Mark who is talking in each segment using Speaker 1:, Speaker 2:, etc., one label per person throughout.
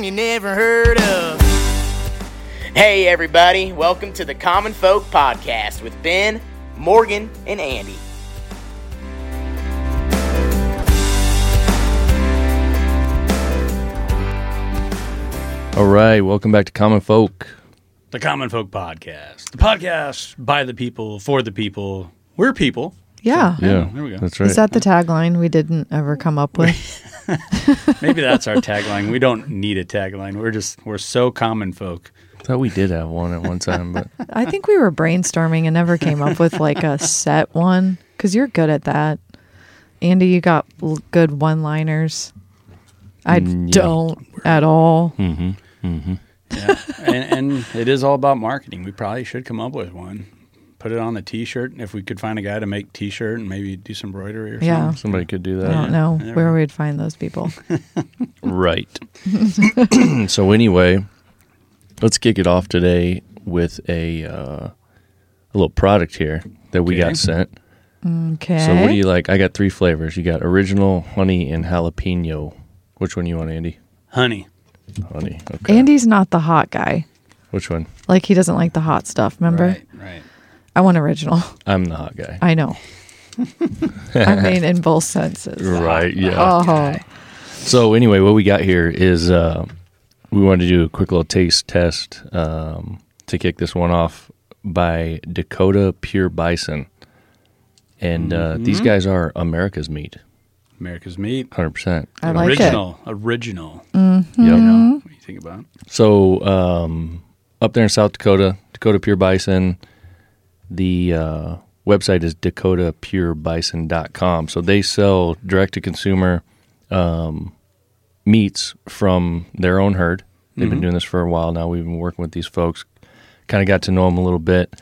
Speaker 1: you never heard of.
Speaker 2: Hey, everybody, welcome to the Common Folk Podcast with Ben, Morgan, and Andy.
Speaker 3: All right, welcome back to Common Folk.
Speaker 4: The Common Folk Podcast. The podcast by the people, for the people. We're people.
Speaker 5: Yeah.
Speaker 3: Yeah,
Speaker 4: there we go.
Speaker 3: That's right.
Speaker 5: Is that the tagline we didn't ever come up with?
Speaker 4: Maybe that's our tagline. We don't need a tagline. We're just, we're so common folk.
Speaker 3: I thought we did have one at one time, but
Speaker 5: I think we were brainstorming and never came up with like a set one because you're good at that. Andy, you got l- good one liners. I don't at all.
Speaker 4: Yeah. and, and it is all about marketing. We probably should come up with one. Put it on a t shirt. If we could find a guy to make t shirt and maybe do some embroidery or
Speaker 5: Yeah.
Speaker 4: something.
Speaker 3: somebody could do
Speaker 5: I don't
Speaker 3: that.
Speaker 5: know
Speaker 4: Yeah.
Speaker 5: where we'd find those people.
Speaker 3: Right. so, anyway, let's kick it off today with a, uh, a little product here that we
Speaker 4: Okay.
Speaker 3: got sent.
Speaker 5: Okay.
Speaker 3: So, what do you like? I got three flavors. You got original, honey, and jalapeno. Which one you want, Andy?
Speaker 4: Honey.
Speaker 3: Honey. Okay.
Speaker 5: Andy's not the hot guy.
Speaker 3: Which one?
Speaker 5: Like he doesn't like the hot stuff. Remember?
Speaker 4: Right, right.
Speaker 5: I want original.
Speaker 3: I'm the hot guy.
Speaker 5: I know. I mean, in both senses.
Speaker 3: right. Yeah.
Speaker 5: Oh,
Speaker 3: So anyway, what we got here is uh, we wanted to do a quick little taste test um, to kick this one off by Dakota Pure Bison, and uh, these guys are America's meat,
Speaker 4: America's Meat.
Speaker 3: hundred percent.
Speaker 5: I like it. Mm-hmm.
Speaker 4: original. Original. You
Speaker 3: Yep.
Speaker 4: know, what do you think about?
Speaker 3: So um, up there in South Dakota, Dakota Pure Bison, the uh, website is dakotapurebison.com. So they sell direct to consumer um, meats from their own herd. They've been doing this for a while now. We've been working with these folks, kind of got to know them a little bit.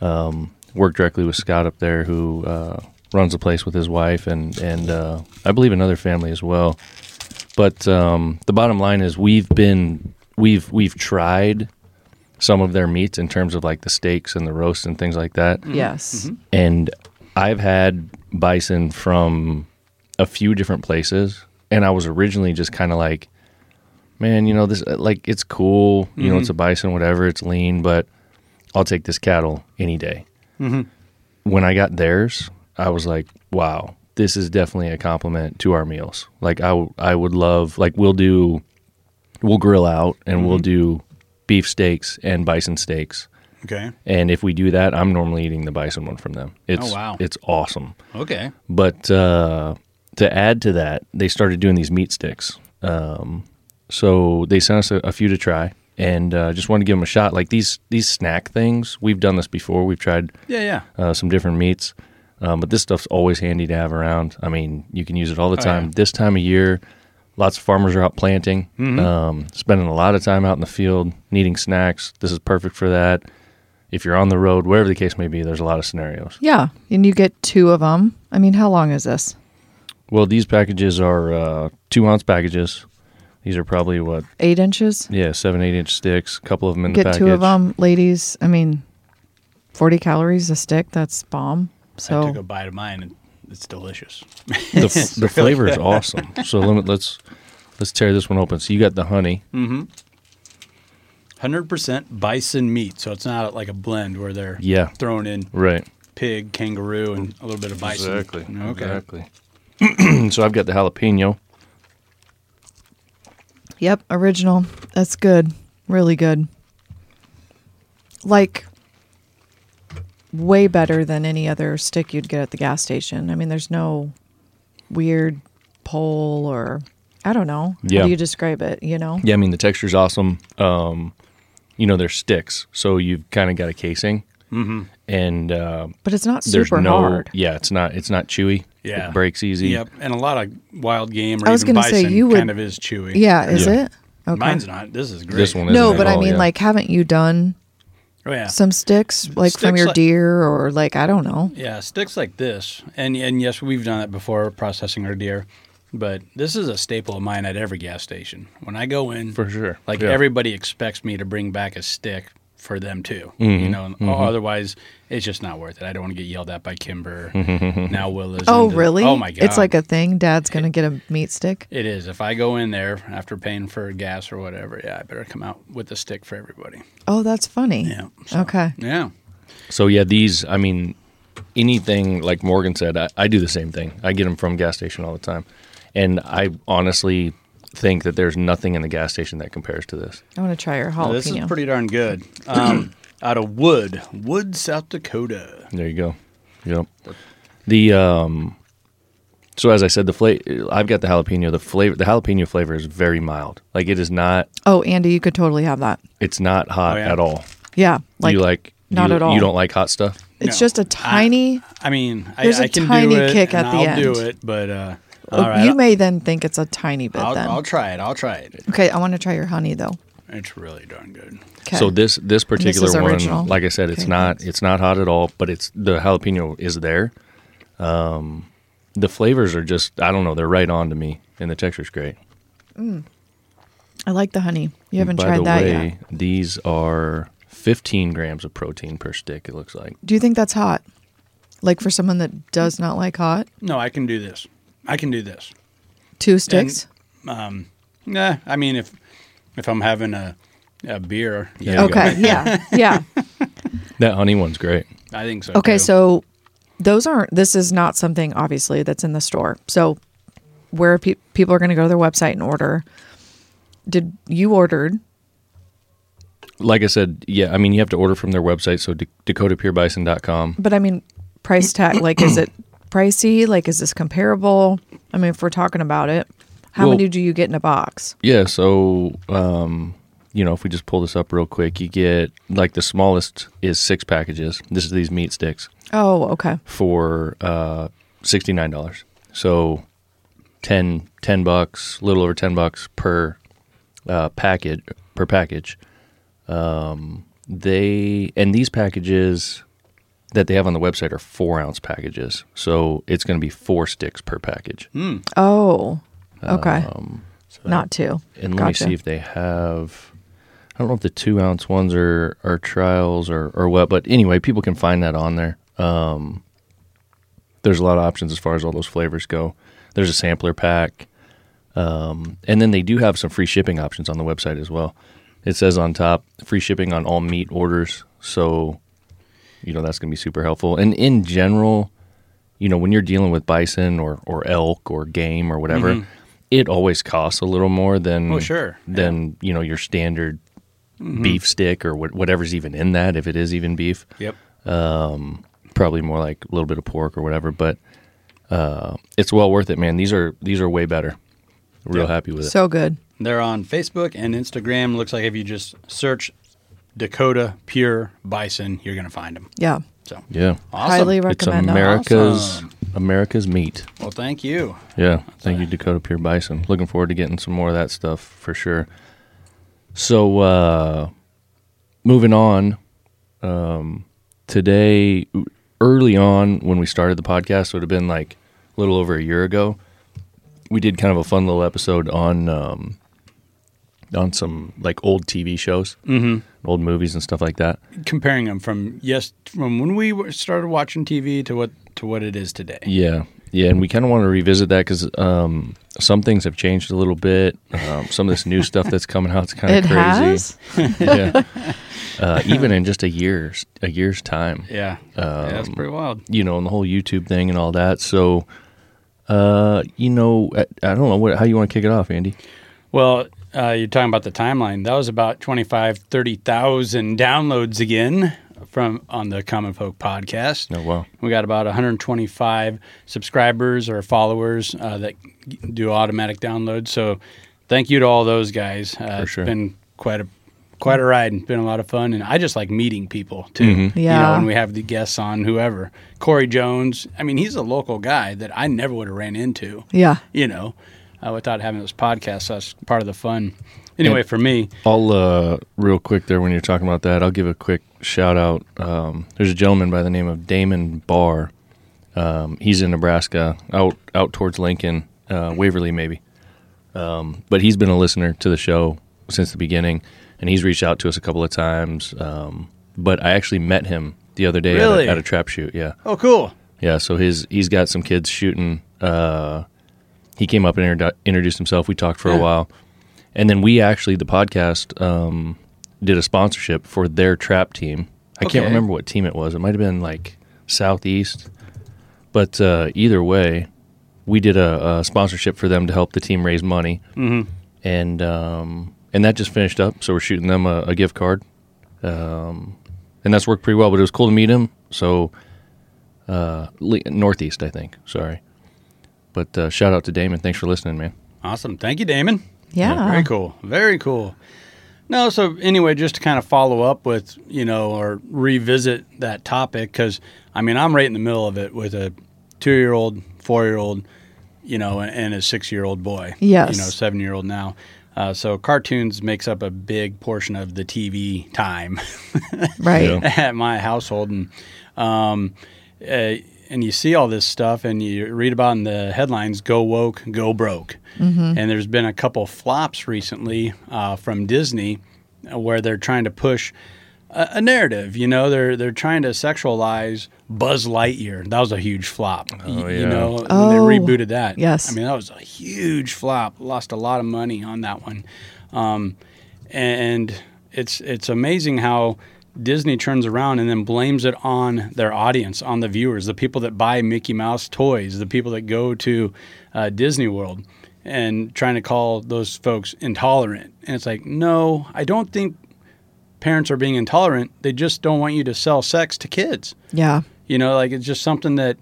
Speaker 3: Um, worked directly with Scott up there, who uh, runs the place with his wife and and uh, I believe another family as well but um, the bottom line is we've been we've we've tried some of their meats in terms of like the steaks and the roasts and things like that
Speaker 5: Yes.
Speaker 4: Mm-hmm.
Speaker 3: and i've had bison from a few different places and i was originally just kind of like man you know this uh, like it's cool you know it's a bison whatever it's lean but i'll take this cattle any day when I got theirs, I was like, wow, this is definitely a compliment to our meals. Like I, w- I would love, like we'll do, we'll grill out and we'll do beef steaks and bison steaks.
Speaker 4: Okay.
Speaker 3: And if we do that, I'm normally eating the bison one from them. It's,
Speaker 4: wow.
Speaker 3: it's awesome.
Speaker 4: Okay.
Speaker 3: But uh, to add to that, they started doing these meat sticks. Um, so they sent us a, a few to try, and uh, just wanted to give them a shot. Like these these snack things, we've done this before. We've tried
Speaker 4: Yeah, yeah.
Speaker 3: uh, some different meats. Um, but this stuff's always handy to have around. I mean, you can use it all the time.
Speaker 4: yeah.
Speaker 3: This time of year, lots of farmers are out planting, um, spending a lot of time out in the field, needing snacks. This is perfect for that. If you're on the road, wherever the case may be, there's a lot of scenarios.
Speaker 5: Yeah, and you get two of them. I mean, how long is this?
Speaker 3: Well, these packages are uh, two ounce packages. These are probably what,
Speaker 5: Eight inches.
Speaker 3: yeah, seven, eight inch sticks. A couple of them in the
Speaker 5: Get
Speaker 3: package.
Speaker 5: two of them, ladies. I mean, forty calories a stick. That's bomb.
Speaker 4: I took a
Speaker 5: So
Speaker 4: bite of mine and it's delicious.
Speaker 3: the, f- the flavor is awesome. So let me, let's let's tear this one open. So you got the honey.
Speaker 4: Hundred percent bison meat, so it's not like a blend where they're
Speaker 3: Yeah.
Speaker 4: throwing in
Speaker 3: Right.
Speaker 4: pig, kangaroo, and a little bit of bison.
Speaker 3: Exactly.
Speaker 4: Okay.
Speaker 3: Exactly. so I've got the jalapeno.
Speaker 5: yep, original. That's good. Really good. Like way better than any other stick you'd get at the gas station. I mean, there's no weird pole or I don't know.
Speaker 3: Yeah.
Speaker 5: How do you describe it? You know?
Speaker 3: Yeah, I mean the texture's awesome. Um, you know they're sticks, so you've kind of got a casing,
Speaker 4: Mm-hmm.
Speaker 3: and uh,
Speaker 5: But it's not
Speaker 3: there's
Speaker 5: super
Speaker 3: no.
Speaker 5: hard.
Speaker 3: Yeah, it's not. It's not chewy.
Speaker 4: Yeah.
Speaker 3: it breaks easy.
Speaker 4: Yep. And a lot of wild game or
Speaker 5: I was
Speaker 4: even
Speaker 5: gonna say,
Speaker 4: bison
Speaker 5: you would-
Speaker 4: kind of is chewy.
Speaker 5: Yeah, is
Speaker 3: Yeah.
Speaker 5: it? Okay.
Speaker 4: Mine's not. This is great.
Speaker 3: This one is
Speaker 5: no, but I mean, like, haven't you done
Speaker 4: Oh, yeah.
Speaker 5: some sticks, like from
Speaker 4: Sticks
Speaker 5: your
Speaker 4: like-
Speaker 5: deer, or like I don't know?
Speaker 4: yeah, sticks like this, and and yes, we've done that before processing our deer, but this is a staple of mine at every gas station. When I go in,
Speaker 3: for sure.
Speaker 4: Like
Speaker 3: Yeah.
Speaker 4: everybody expects me to bring back a stick for them too. You know, and otherwise it's just not worth it. I don't want to get yelled at by Kimber. now Will is.
Speaker 5: Oh,
Speaker 4: into-
Speaker 5: really?
Speaker 4: Oh my god!
Speaker 5: It's like a thing. Dad's gonna get a meat stick.
Speaker 4: It is. If I go in there after paying for gas or whatever, yeah, I better come out with a stick for everybody.
Speaker 5: Oh, that's funny.
Speaker 4: Yeah.
Speaker 5: Okay.
Speaker 4: Yeah.
Speaker 3: So yeah, these. I mean, anything like Morgan said, I, I do the same thing. I get them from gas station all the time, and I honestly think that there's nothing in the gas station that compares to this.
Speaker 5: I want to try your
Speaker 4: Now, this is
Speaker 5: jalapeno.
Speaker 4: pretty darn good. Um, out of Wood, Wood, South Dakota.
Speaker 3: There you go. Yep. The um. So as I said, the flavor I've got the jalapeno. The flavor, the jalapeno flavor is very mild. Like it is not.
Speaker 5: oh, Andy, you could totally have that.
Speaker 3: It's not hot
Speaker 4: Oh, yeah.
Speaker 3: at all.
Speaker 5: Yeah.
Speaker 3: you like
Speaker 5: not
Speaker 3: you,
Speaker 5: at all.
Speaker 3: You don't like hot stuff.
Speaker 5: It's
Speaker 4: No.
Speaker 5: just a tiny.
Speaker 4: I mean, I,
Speaker 5: There's a
Speaker 4: I can
Speaker 5: tiny
Speaker 4: do it,
Speaker 5: kick
Speaker 4: and
Speaker 5: at the
Speaker 4: I'll
Speaker 5: end.
Speaker 4: do it, but uh, all right,
Speaker 5: Oh, you
Speaker 4: I'll-
Speaker 5: may then think it's a tiny bit.
Speaker 4: I'll,
Speaker 5: then
Speaker 4: I'll try it. I'll try it.
Speaker 5: okay, I want to try your honey though.
Speaker 4: It's really darn good.
Speaker 5: Okay.
Speaker 3: So this this particular
Speaker 5: is
Speaker 3: one,
Speaker 5: original?
Speaker 3: like I said, it's
Speaker 5: Okay,
Speaker 3: not
Speaker 5: thanks.
Speaker 3: it's not hot at all, but it's the jalapeno is there. Um, the flavors are just I don't know, they're right on to me, and the texture's great.
Speaker 5: I like the honey. You haven't
Speaker 3: By
Speaker 5: tried
Speaker 3: the
Speaker 5: that
Speaker 3: way,
Speaker 5: yet.
Speaker 3: these are 15 grams of protein per stick. It looks like
Speaker 5: Do you think that's hot? Like for someone that does not like hot,
Speaker 4: No, I can do this. I can do this.
Speaker 5: two sticks.
Speaker 4: Nah, I mean, if if I'm having a a beer, yeah,
Speaker 3: you go.
Speaker 5: okay, yeah, yeah.
Speaker 3: that honey one's great.
Speaker 4: I think so.
Speaker 5: Okay,
Speaker 4: too.
Speaker 5: so those aren't. This is not something obviously that's in the store. So where pe- people are going to go to their website and order. Did you ordered?
Speaker 3: Like I said, yeah, I mean you have to order from their website, so da- DakotaPureBison.com.
Speaker 5: But I mean, price tag. like, is it pricey? Like, is this comparable? I mean, if we're talking about it, how
Speaker 3: Well-
Speaker 5: many do you get in a box?
Speaker 3: Yeah, so um, you know if we just pull this up real quick, you get like the smallest is six packages. This is these meat sticks.
Speaker 5: Oh, okay.
Speaker 3: for uh, sixty nine dollars. So 10, 10 bucks, a little over ten bucks per uh, package per package. Um, they and these packages that they have on the website are four ounce packages, so it's going to be four sticks per package.
Speaker 5: Oh, okay. Not two.
Speaker 3: Um, And let
Speaker 5: gotcha.
Speaker 3: me see if they have. I don't know if the two ounce ones are are trials or or what, but anyway, people can find that on there. Um, there's a lot of options as far as all those flavors go. There's a sampler pack, um, and then they do have some free shipping options on the website as well. It says on top free shipping on all meat orders, so you know that's going to be super helpful. And in general, you know, when you're dealing with bison or, or elk or game or whatever, it always costs a little more than
Speaker 4: Mm-hmm. Oh, sure. Mm-hmm.
Speaker 3: than you know your standard beef stick or what, whatever's even in that, if it is even beef.
Speaker 4: yep.
Speaker 3: Probably more like a little bit of pork or whatever, but uh, it's well worth it, man. These are these are way better. Real
Speaker 4: Yeah.
Speaker 3: happy with it.
Speaker 5: So good.
Speaker 4: They're on Facebook and Instagram. Looks like if you just search Dakota Pure Bison, you're gonna find them.
Speaker 5: Yeah.
Speaker 4: So
Speaker 3: yeah,
Speaker 4: awesome.
Speaker 5: Highly
Speaker 3: it's
Speaker 5: recommend them.
Speaker 3: America's
Speaker 4: Awesome.
Speaker 3: America's meat.
Speaker 4: Well, thank you.
Speaker 3: Yeah. Thank you, Dakota Pure Bison. Looking forward to getting some more of that stuff for sure. So, uh, moving on, um, today, early on when we started the podcast, it would have been like a little over a year ago, we did kind of a fun little episode on, um, on some like old TV shows, mm-hmm. old movies and stuff like that.
Speaker 4: Comparing them from yes from when we were- started watching TV to what to what it is today.
Speaker 3: Yeah, yeah, and we kind of want to revisit that because um, some things have changed a little bit. Um, some of this new stuff that's coming out is kind
Speaker 5: It
Speaker 3: of crazy.
Speaker 5: has.
Speaker 3: yeah. Uh, even in just a year's a year's time,
Speaker 4: Yeah. yeah, that's pretty wild.
Speaker 3: you know, and the whole YouTube thing and all that. So, uh, you know, I, I don't know what how you want to kick it off, Andy.
Speaker 4: Well, uh, you're talking about the timeline. That was about 25, 30,000 downloads again from on the Common Folk podcast.
Speaker 3: Oh, wow.
Speaker 4: We got about 125 subscribers or followers uh, that do automatic downloads. So thank you to all those guys. Uh,
Speaker 3: For sure.
Speaker 4: It's been quite a quite a ride and been a lot of fun and i just like meeting people too
Speaker 3: Mm-hmm.
Speaker 4: you know
Speaker 5: Yeah.
Speaker 4: when we have the guests on whoever corey jones i mean he's a local guy that i never would have ran into
Speaker 5: Yeah.
Speaker 4: you know, uh, without having this podcast. So that's part of the fun.
Speaker 3: Yeah.
Speaker 4: Anyway, for me,
Speaker 3: I'll uh, real quick there when you're talking about that. I'll give a quick shout out. Um, there's a gentleman by the name of Damon Barr. Um, he's in Nebraska, out out towards Lincoln, uh, Waverly maybe. Um, but he's been a listener to the show since the beginning, and he's reached out to us a couple of times. Um, but I actually met him the other day
Speaker 4: Really?
Speaker 3: at, a, at a trap shoot. Yeah,
Speaker 4: Oh, cool.
Speaker 3: yeah. So his he's got some kids shooting. Uh, he came up and introdu- introduced himself. We talked for a while, and then we actually the podcast um, did a sponsorship for their trap team. I
Speaker 4: Okay.
Speaker 3: can't remember what team it was. It might have been like Southeast, but uh, either way, we did a, a sponsorship for them to help the team raise money, mm-hmm. and um, and that just finished up. So we're shooting them a, a gift card, um, and that's worked pretty well. But it was cool to meet him. So uh, le- Northeast, I think. Sorry, but uh, shout out to Damon. Thanks for listening, man.
Speaker 4: Awesome. Thank you, Damon.
Speaker 5: Yeah.
Speaker 4: Very cool. Very cool. No, so anyway, just to kind of follow up with, you know, or revisit that topic, because I mean, I'm right in the middle of it with a two year old, four year old, you know, and, and a six year old boy.
Speaker 5: Yes.
Speaker 4: You know, seven year old now. Uh, so cartoons makes up a big portion of the TV time
Speaker 5: Right.
Speaker 3: Yeah.
Speaker 4: at my household, and um, uh, and you see all this stuff, and you read about in the headlines, "Go woke, go broke," and there's been a couple flops recently uh, from Disney uh, where they're trying to push a, a narrative. You know, they're they're trying to sexualize Buzz Lightyear. That was a huge flop. y-
Speaker 3: Oh,
Speaker 4: You
Speaker 3: yeah.
Speaker 4: know,
Speaker 5: Oh,
Speaker 4: when they rebooted that.
Speaker 5: yes.
Speaker 4: I mean that was a huge flop. Lost a lot of money on that one. Um, and it's it's amazing how Disney turns around and then blames it on their audience, on the viewers, the people that buy Mickey Mouse toys, the people that go to uh, Disney World, and trying to call those folks intolerant. And it's like, no, I don't think parents are being intolerant. They just don't want you to sell sex to kids.
Speaker 5: Yeah.
Speaker 4: You know, like it's just something that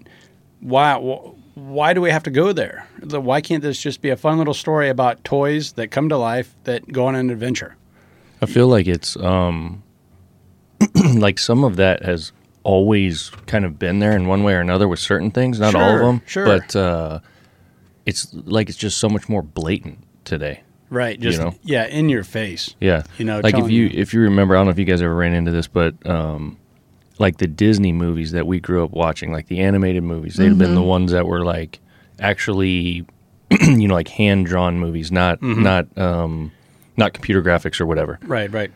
Speaker 4: why wh- why do we have to go there? The- Why can't this just be a fun little story about toys that come to life that go on an adventure?
Speaker 3: I feel like it's um like some of that has always kind of been there in one way or another with certain things, not all of
Speaker 4: Sure,
Speaker 3: them,
Speaker 4: sure.
Speaker 3: but uh it's like it's just so much more blatant today.
Speaker 4: Right, just
Speaker 3: know?
Speaker 4: yeah, in your face.
Speaker 3: Yeah.
Speaker 4: You know,
Speaker 3: like if
Speaker 4: telling
Speaker 3: you
Speaker 4: you-
Speaker 3: if you remember, I don't know if you guys ever ran into this, but um like the Disney movies that we grew up watching, like the animated movies, they'd have been
Speaker 5: Mm-hmm.
Speaker 3: the ones that were like actually you know, like hand drawn movies, not
Speaker 5: Mm-hmm.
Speaker 3: not um not computer graphics or whatever.
Speaker 4: Right, right.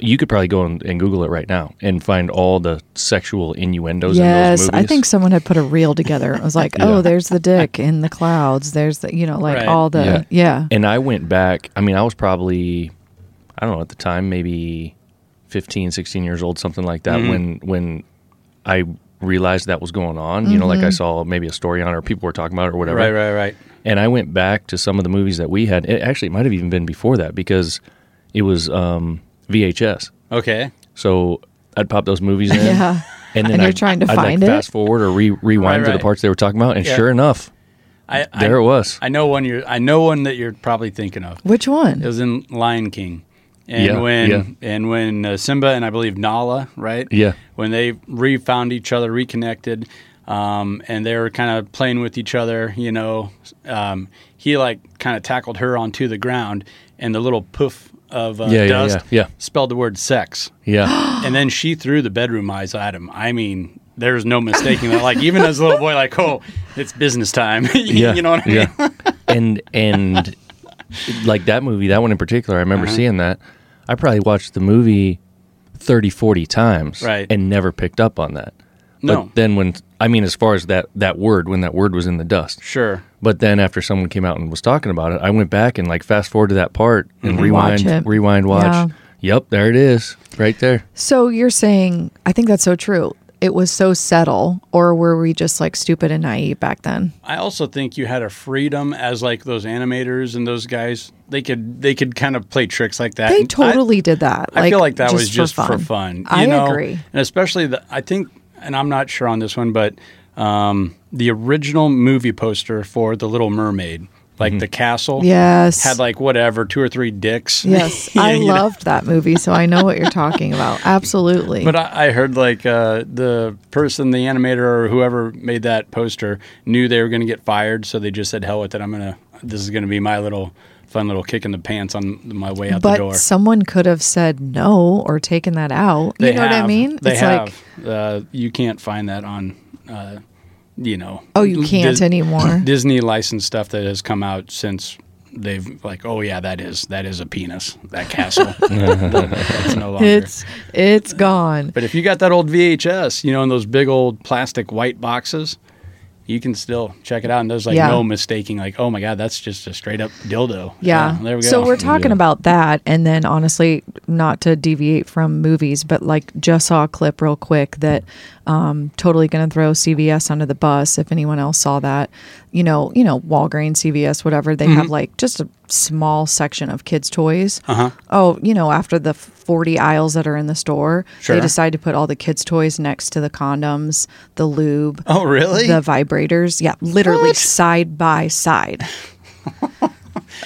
Speaker 3: you could probably go and, and Google it right now and find all the sexual innuendos in
Speaker 5: Yes,
Speaker 3: those
Speaker 5: I
Speaker 3: movies.
Speaker 5: think someone had put a reel together. I was like, oh, there's the dick in the clouds. There's the, you know, like
Speaker 4: Right.
Speaker 5: all the, yeah.
Speaker 3: And I went back, I mean, I was probably, I don't know, at the time, maybe 15, 16 years old, something like that, when, when I realized that was going on. You know, like I saw maybe a story on it or people were talking about it or whatever.
Speaker 4: Right, right, right.
Speaker 3: And I went back to some of the movies that we had. It, actually, it might have even been before that because it was um, VHS.
Speaker 4: Okay.
Speaker 3: So I'd pop those movies in.
Speaker 5: Yeah.
Speaker 3: And then
Speaker 5: And you're
Speaker 3: I'd,
Speaker 5: trying to
Speaker 3: I'd
Speaker 5: find it?
Speaker 3: like fast forward or re- rewind
Speaker 4: Right,
Speaker 3: to the
Speaker 4: right.
Speaker 3: parts they were talking about, and
Speaker 4: Yeah.
Speaker 3: sure enough,
Speaker 4: I
Speaker 3: there
Speaker 4: I,
Speaker 3: it was.
Speaker 4: I know one you're I know one that you're probably thinking of.
Speaker 5: Which
Speaker 4: It
Speaker 5: one?
Speaker 4: was in Lion King. And
Speaker 3: Yeah,
Speaker 4: when
Speaker 3: yeah.
Speaker 4: and when uh, Simba and I believe Nala, right?
Speaker 3: Yeah.
Speaker 4: When they refound each other, reconnected, um, and they were kind of playing with each other, you know, um, he like kind of tackled her onto the ground, and the little poof of uh,
Speaker 3: Yeah, yeah,
Speaker 4: dust
Speaker 3: yeah, yeah.
Speaker 4: spelled the word sex.
Speaker 3: yeah,
Speaker 4: And then she threw the bedroom eyes at him. I mean, there's no mistaking that. Like even as a little boy, like, oh, it's business time. You-
Speaker 3: yeah,
Speaker 4: you know what I mean?
Speaker 3: yeah. and and like that movie, that one in particular, I remember
Speaker 4: Uh-huh.
Speaker 3: seeing that. I probably watched the movie 30, 40 times,
Speaker 4: Right.
Speaker 3: and never picked up on that.
Speaker 4: No.
Speaker 3: But then when I mean, as far as that that word, when that word was in the dust,
Speaker 4: Sure.
Speaker 3: But then after someone came out and was talking about it, I went back and like fast forward to that part and rewind,
Speaker 5: Watch it.
Speaker 3: rewind, watch.
Speaker 5: Yeah.
Speaker 3: Yep, there it is, right there.
Speaker 5: So you're saying, I think that's so true. It was so subtle, or were we just like stupid and naive back then?
Speaker 4: I also think you had a freedom as like those animators and those guys. They could they could kind of play tricks like that.
Speaker 5: They
Speaker 4: And
Speaker 5: totally did that.
Speaker 4: I, I feel like that was just for fun. you
Speaker 5: I
Speaker 4: know?
Speaker 5: agree.
Speaker 4: and especially the I think, and I'm not sure on this one, but um, the original movie poster for The Little Mermaid, like the castle,
Speaker 5: Yes.
Speaker 4: had like whatever two or three dicks.
Speaker 5: Yes,
Speaker 4: Yeah,
Speaker 5: I
Speaker 4: you know?
Speaker 5: loved that movie, so I know what you're talking about. Absolutely.
Speaker 4: But I, I heard like uh, the person, the animator or whoever made that poster, knew they were going to get fired, so they just said, "Hell with it! I'm gonna. This is going to be my little fun little kick in the pants on my way out the door."
Speaker 5: but someone could have said no or taken that out.
Speaker 4: They
Speaker 5: you know what I
Speaker 4: have-
Speaker 5: mean?
Speaker 4: They
Speaker 5: it's
Speaker 4: have.
Speaker 5: like,
Speaker 4: uh, you can't find that on, uh, you know.
Speaker 5: oh, you can't
Speaker 4: Dis-
Speaker 5: anymore.
Speaker 4: Disney licensed stuff that has come out since they've like, oh yeah, that is that is a penis. That castle. it's no longer.
Speaker 5: It's it's gone.
Speaker 4: but if you got that old VHS, you know, in those big old plastic white boxes, you can still check it out, and there's like
Speaker 5: Yeah.
Speaker 4: no mistaking. Like, oh my god, that's just a straight up dildo.
Speaker 5: Yeah.
Speaker 4: there we go.
Speaker 5: So we're talking
Speaker 3: Yeah.
Speaker 5: about that. And then, honestly, not to deviate from movies, but like just saw a clip real quick that um, totally going to throw CVS under the bus if anyone else saw that. You know, you know, Walgreens, CVS, whatever, they have like just a small section of kids' toys. Uh-huh. Oh, you know, after the 40 aisles that are in the store,
Speaker 4: Sure.
Speaker 5: they decide to put all the kids' toys next to the condoms, the lube.
Speaker 4: Oh really?
Speaker 5: The vibrators, yeah, literally side by side.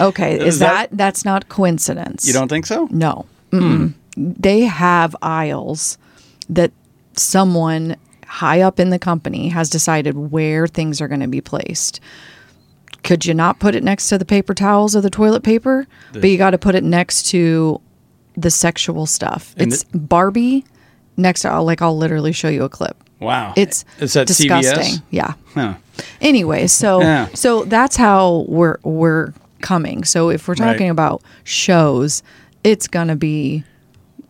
Speaker 5: Okay, is,
Speaker 4: Is that-
Speaker 5: that, that's not coincidence?
Speaker 4: you don't Hmm. think so?
Speaker 5: No, Mm-mm. they have aisles that someone high up in the company has decided where things are going to be placed. Could you not put it next to the paper towels or the toilet paper? but you got to put it next to the sexual stuff.
Speaker 4: And
Speaker 5: It's Barbie next to. I'll, like I'll literally show you a clip.
Speaker 4: Wow.
Speaker 5: It's
Speaker 4: it's at
Speaker 5: disgusting.
Speaker 4: CVS.
Speaker 5: Yeah.
Speaker 4: Huh.
Speaker 5: Anyway, so
Speaker 4: Yeah.
Speaker 5: so that's how we're we're coming. So if we're
Speaker 4: Right.
Speaker 5: talking about shows, it's gonna be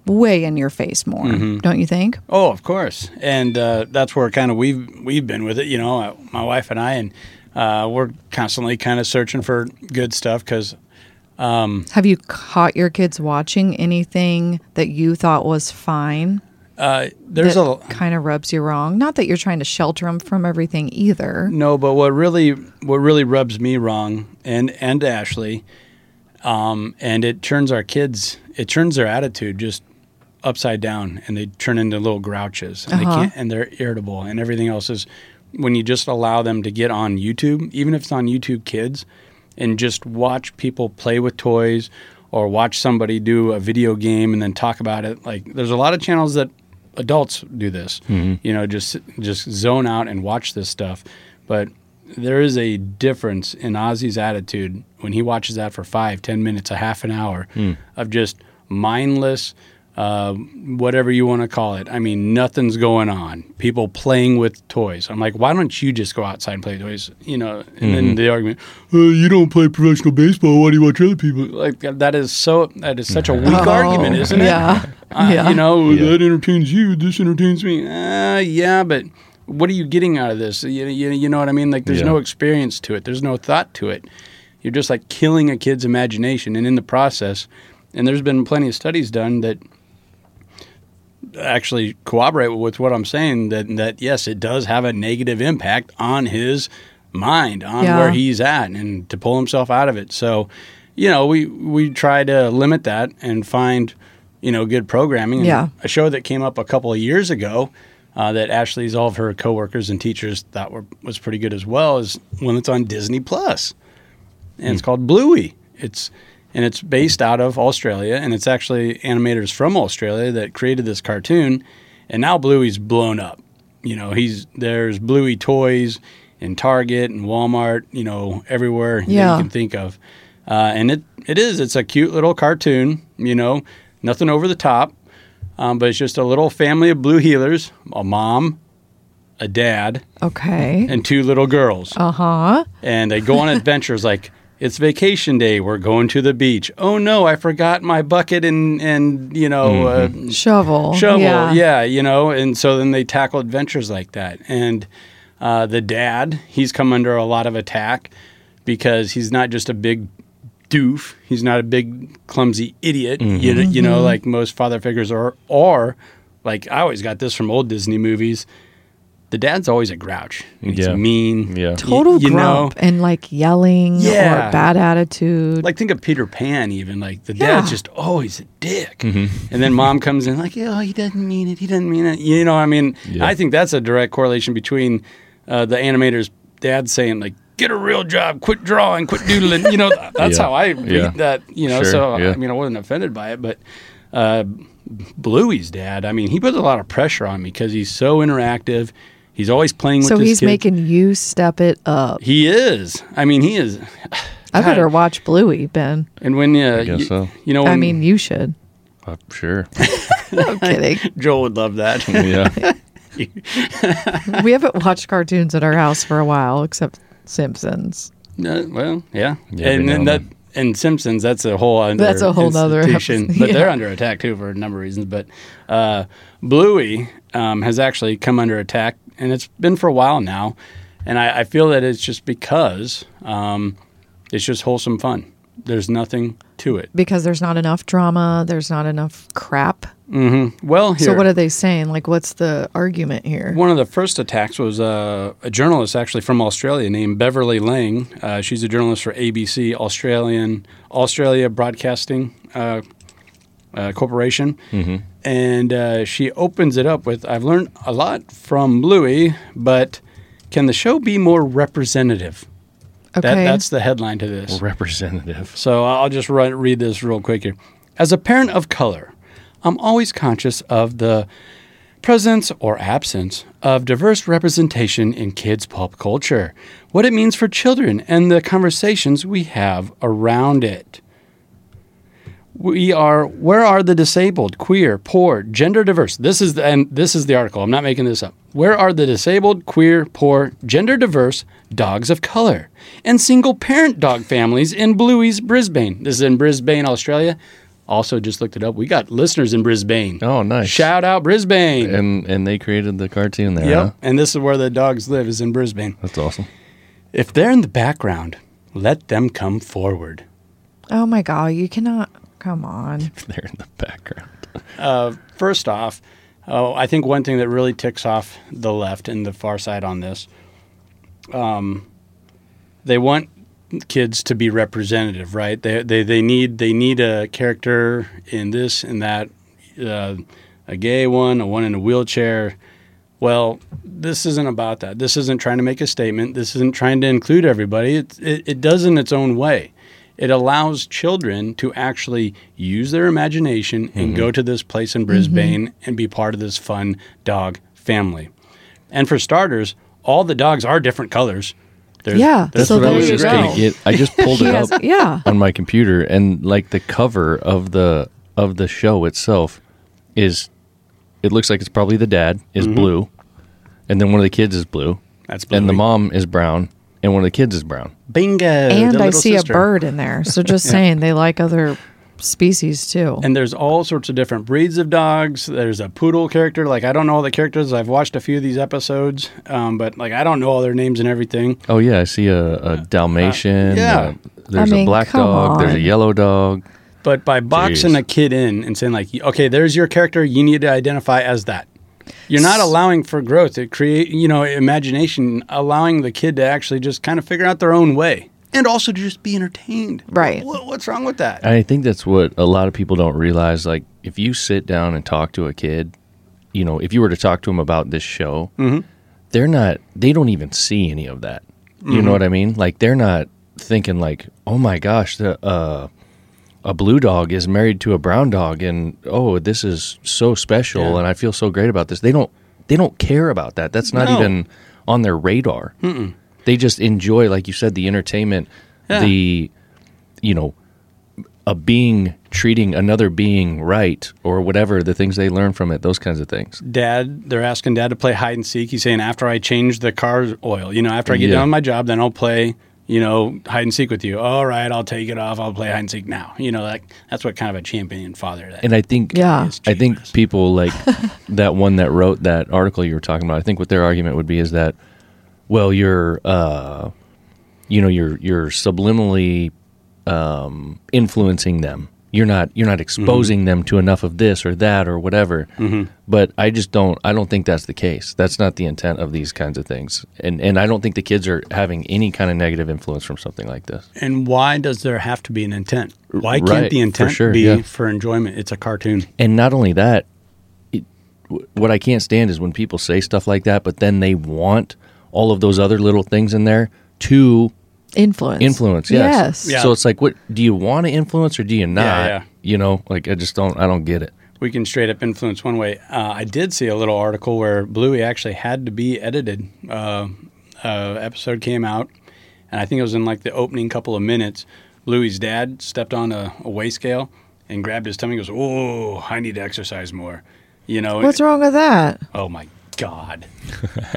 Speaker 5: way in your face more, don't you think?
Speaker 4: Oh, of course, and uh, that's where kind of we've we've been with it. You know, I, my wife and I, and uh, we're constantly kind of searching for good stuff because
Speaker 5: Have you caught your kids watching anything that you thought was fine?
Speaker 4: uh, there's
Speaker 5: that
Speaker 4: a
Speaker 5: kind of rubs you wrong. Not that you're trying to shelter them from everything either.
Speaker 4: no, but what really what really rubs me wrong, and and Ashley, um, and it turns our kids, it turns their attitude just upside down, and they turn into little grouches, and
Speaker 5: Uh-huh.
Speaker 4: they can't, and they're irritable, and everything else is when you just allow them to get on YouTube, even if it's on YouTube Kids, and just watch people play with toys or watch somebody do a video game and then talk about it. Like there's a lot of channels that adults do this.
Speaker 5: Mm-hmm.
Speaker 4: You know, just just zone out and watch this stuff. But there is a difference in Ozzy's attitude when he watches that for five, ten minutes, a half an hour
Speaker 5: Mm.
Speaker 4: of just mindless uh, whatever you want to call it. I mean, nothing's going on. People playing with toys. I'm like, why don't you just go outside and play with toys? You know, and
Speaker 5: Mm-hmm.
Speaker 4: then the argument, uh, you don't play professional baseball. Why do you watch other people? Like that is so. That is such a weak
Speaker 5: Oh,
Speaker 4: argument, isn't it?
Speaker 5: Yeah.
Speaker 4: Uh,
Speaker 5: yeah.
Speaker 4: You know,
Speaker 3: Yeah.
Speaker 4: that entertains you. This entertains me. Uh, yeah, but what are you getting out of this? You, you, you know what I mean? Like, there's
Speaker 3: Yeah.
Speaker 4: no experience to it, there's no thought to it. You're just like killing a kid's imagination. And in the process, and there's been plenty of studies done that actually corroborate with what I'm saying that, that yes, it does have a negative impact on his mind, on
Speaker 5: Yeah.
Speaker 4: where he's at, and to pull himself out of it. So, you know, we, we try to limit that and find, you know, good programming. And
Speaker 5: Yeah.
Speaker 4: A show that came up a couple of years ago uh, that Ashley's, all of her coworkers and teachers thought were, was pretty good as well is one that's on Disney Plus and it's called Bluey. It's and it's based out of Australia, and it's actually animators from Australia that created this cartoon, and now Bluey's blown up. You know, he's there's Bluey toys in Target and Walmart. You know, everywhere that
Speaker 5: Yeah.
Speaker 4: you can think of, uh, and it it is. It's a cute little cartoon. You know, nothing over the top, um, but it's just a little family of blue healers: a mom, a dad,
Speaker 5: Okay.
Speaker 4: and two little girls
Speaker 5: Uh huh.
Speaker 4: and they go on adventures like it's vacation day we're going to the beach oh no i forgot my bucket and and you know
Speaker 3: Mm-hmm.
Speaker 4: uh,
Speaker 5: Shovel.
Speaker 4: shovel
Speaker 5: Yeah.
Speaker 4: yeah. you know and so then they tackle adventures like that and uh, the dad he's come under a lot of attack because he's not just a big doof he's not a big clumsy idiot
Speaker 3: Mm-hmm.
Speaker 4: you, you know like most father figures are or like i always got this from old disney movies the dad's always a grouch he's
Speaker 3: Yeah.
Speaker 4: mean
Speaker 3: Yeah.
Speaker 4: y-
Speaker 5: Total
Speaker 4: you know?
Speaker 5: grump and like yelling
Speaker 4: Yeah.
Speaker 5: or bad attitude.
Speaker 4: like think of Peter Pan even like the
Speaker 5: Yeah.
Speaker 4: dad's just oh he's a dick
Speaker 3: Mm-hmm.
Speaker 4: and then mom comes in like oh he doesn't mean it he doesn't mean it you know I mean
Speaker 3: Yeah.
Speaker 4: I think that's a direct correlation between uh, the animator's dad saying like get a real job quit drawing quit doodling you know th- that's
Speaker 3: Yeah.
Speaker 4: how I read
Speaker 3: Yeah.
Speaker 4: that you know
Speaker 3: Sure,
Speaker 4: so
Speaker 3: yeah.
Speaker 4: I mean I wasn't offended by it but uh, Bluey's dad I mean he puts a lot of pressure on me because he's so interactive he's always playing with
Speaker 5: so
Speaker 4: his
Speaker 5: he's
Speaker 4: kids.
Speaker 5: making you step it up.
Speaker 4: he is I mean he is
Speaker 5: I better watch Bluey, Ben.
Speaker 4: and when uh,
Speaker 3: guess
Speaker 4: you,
Speaker 3: so.
Speaker 4: you know
Speaker 5: I
Speaker 4: when-
Speaker 5: mean, you should.
Speaker 3: Uh, sure.
Speaker 5: I'm kidding.
Speaker 4: Joel would love that.
Speaker 3: Yeah.
Speaker 5: we haven't watched cartoons at our house for a while, except Simpsons.
Speaker 4: well, yeah,
Speaker 3: Yeah, every
Speaker 4: and
Speaker 3: now and
Speaker 4: then that in Simpsons, that's a whole other
Speaker 5: That's a whole nother
Speaker 4: institution,
Speaker 5: episode.
Speaker 4: but they're
Speaker 5: Yeah.
Speaker 4: under attack too for a number of reasons. But uh, Bluey um, has actually come under attack, and it's been for a while now. And I, I feel that it's just because um, it's just wholesome fun. There's nothing to it.
Speaker 5: because there's not enough drama, there's not enough crap.
Speaker 4: Well, here,
Speaker 5: So what are they saying? Like, what's the argument here?
Speaker 4: One of the first attacks was uh, a journalist actually from Australia named Beverly Lang. Uh, she's a journalist for ABC Australian Australia Broadcasting uh, uh, Corporation, and uh, she opens it up with, "I've learned a lot from Bluey, but can the show be more representative?" That,
Speaker 5: Okay.
Speaker 4: that's the headline to this.
Speaker 3: Representative.
Speaker 4: So I'll just run, read this real quick here. As a parent of color, I'm always conscious of the presence or absence of diverse representation in kids' pop culture, what it means for children, and the conversations we have around it. We are where are the disabled, queer, poor, gender diverse? This is the, and this is the article. I'm not making this up. Where are the disabled, queer, poor, gender diverse dogs of color and single parent dog families in Bluey's Brisbane? This is in Brisbane, Australia. Also, just looked it up. We got listeners in Brisbane.
Speaker 3: Oh, nice.
Speaker 4: Shout out Brisbane.
Speaker 3: And and they created the cartoon there. Huh?
Speaker 4: Yep. And this is where the dogs live is in Brisbane.
Speaker 3: That's awesome.
Speaker 4: If they're in the background, let them come forward.
Speaker 5: oh my god, you cannot. Come on.
Speaker 3: They're in the background.
Speaker 4: First off, oh, I think one thing that really ticks off the left and the far side on this, um, they want kids to be representative, right? They, they, they need they need a character in this and that, uh, a gay one, a one in a wheelchair. Well, this isn't about that. This isn't trying to make a statement. This isn't trying to include everybody. It, it, it does in its own way. It allows children to actually use their imagination
Speaker 5: Mm-hmm.
Speaker 4: and go to this place in Brisbane and be part of this fun dog family. And for starters, all the dogs are different colors. There's,
Speaker 5: Yeah,
Speaker 4: there's
Speaker 5: so
Speaker 4: blue,
Speaker 5: there you
Speaker 4: there's
Speaker 3: just
Speaker 5: go.
Speaker 3: gonna get. I just pulled
Speaker 5: He
Speaker 3: it
Speaker 5: has, e-,
Speaker 3: up
Speaker 5: yeah.
Speaker 3: on my computer, and like the cover of the of the show itself is, it looks like it's probably the dad is blue, and then one of the kids is blue,
Speaker 4: That's
Speaker 3: and the
Speaker 4: Bluey.
Speaker 3: mom is brown, and one of the kids is brown.
Speaker 4: Bingo.
Speaker 5: and
Speaker 4: the
Speaker 5: I
Speaker 4: little
Speaker 5: see
Speaker 4: sister.
Speaker 5: a bird in there. So just saying, they like other species too.
Speaker 4: And there's all sorts of different breeds of dogs. There's a poodle character. Like, I don't know all the characters. I've watched a few of these episodes, um, but like, I don't know all their names and everything.
Speaker 3: Oh yeah, I see a, a Dalmatian.
Speaker 4: yeah.
Speaker 3: uh, there's
Speaker 5: mean,
Speaker 3: a black
Speaker 5: come
Speaker 3: dog. There's a
Speaker 5: on.
Speaker 3: yellow dog.
Speaker 4: But by boxing
Speaker 3: Jeez.
Speaker 4: a kid in and saying like, okay, there's your character. You need to identify as that. You're not allowing for growth. It create you know imagination, allowing the kid to actually just kind of figure out their own way and also to just be entertained.
Speaker 5: Right.
Speaker 4: What, what's wrong with that?
Speaker 3: I think that's what a lot of people don't realize. Like, if you sit down and talk to a kid, you know, if you were to talk to them about this show, they're not, they don't even see any of that. You
Speaker 4: Mm-hmm.
Speaker 3: know what I mean? Like, they're not thinking, like, oh my gosh, the, uh, a blue dog is married to a brown dog, and oh, this is so special,
Speaker 4: Yeah.
Speaker 3: and I feel so great about this. They don't, they don't care about that. That's not
Speaker 4: No.
Speaker 3: even on their radar. They just enjoy, like you said, the entertainment,
Speaker 4: Yeah.
Speaker 3: the, you know, a being treating another being right or whatever the things they learn from it those kinds of things
Speaker 4: dad they're asking dad to play hide and seek he's saying after i change the car's oil you know after i get
Speaker 3: Yeah.
Speaker 4: done with my job then i'll play you know hide and seek with you all right i'll take it off i'll play hide and seek now you know like that's what kind of a champion father that
Speaker 3: and i think
Speaker 5: Yeah. It's
Speaker 3: i think people like that one that wrote that article you were talking about i think what their argument would be is that well you're uh you know you're you're subliminally um influencing them you're not you're not exposing them to enough of this or that or whatever but i just don't i don't think that's the case that's not the intent of these kinds of things and and i don't think the kids are having any kind of negative influence from something like this
Speaker 4: and why does there have to be an intent why can't
Speaker 3: Right,
Speaker 4: the
Speaker 3: for
Speaker 4: intent
Speaker 3: sure,
Speaker 4: be
Speaker 3: yeah.
Speaker 4: for enjoyment it's a cartoon
Speaker 3: And not only that, it, w- what I can't stand is when people say stuff like that, but then they want all of those other little things in there to
Speaker 5: influence.
Speaker 3: influence. Yes.
Speaker 5: Yes. Yeah.
Speaker 3: So it's like, what do you want to influence or do you not?
Speaker 4: Yeah, yeah.
Speaker 3: You know, like I just don't, I don't get it.
Speaker 4: we can straight up influence one way. Uh, I did see a little article where Bluey actually had to be edited. Uh, uh, episode came out, and I think it was in like the opening couple of minutes. Bluey's dad stepped on a, a weigh scale and grabbed his tummy. and Goes, "Oh, I need to exercise more." You know,
Speaker 5: What's wrong with that?
Speaker 4: oh my God.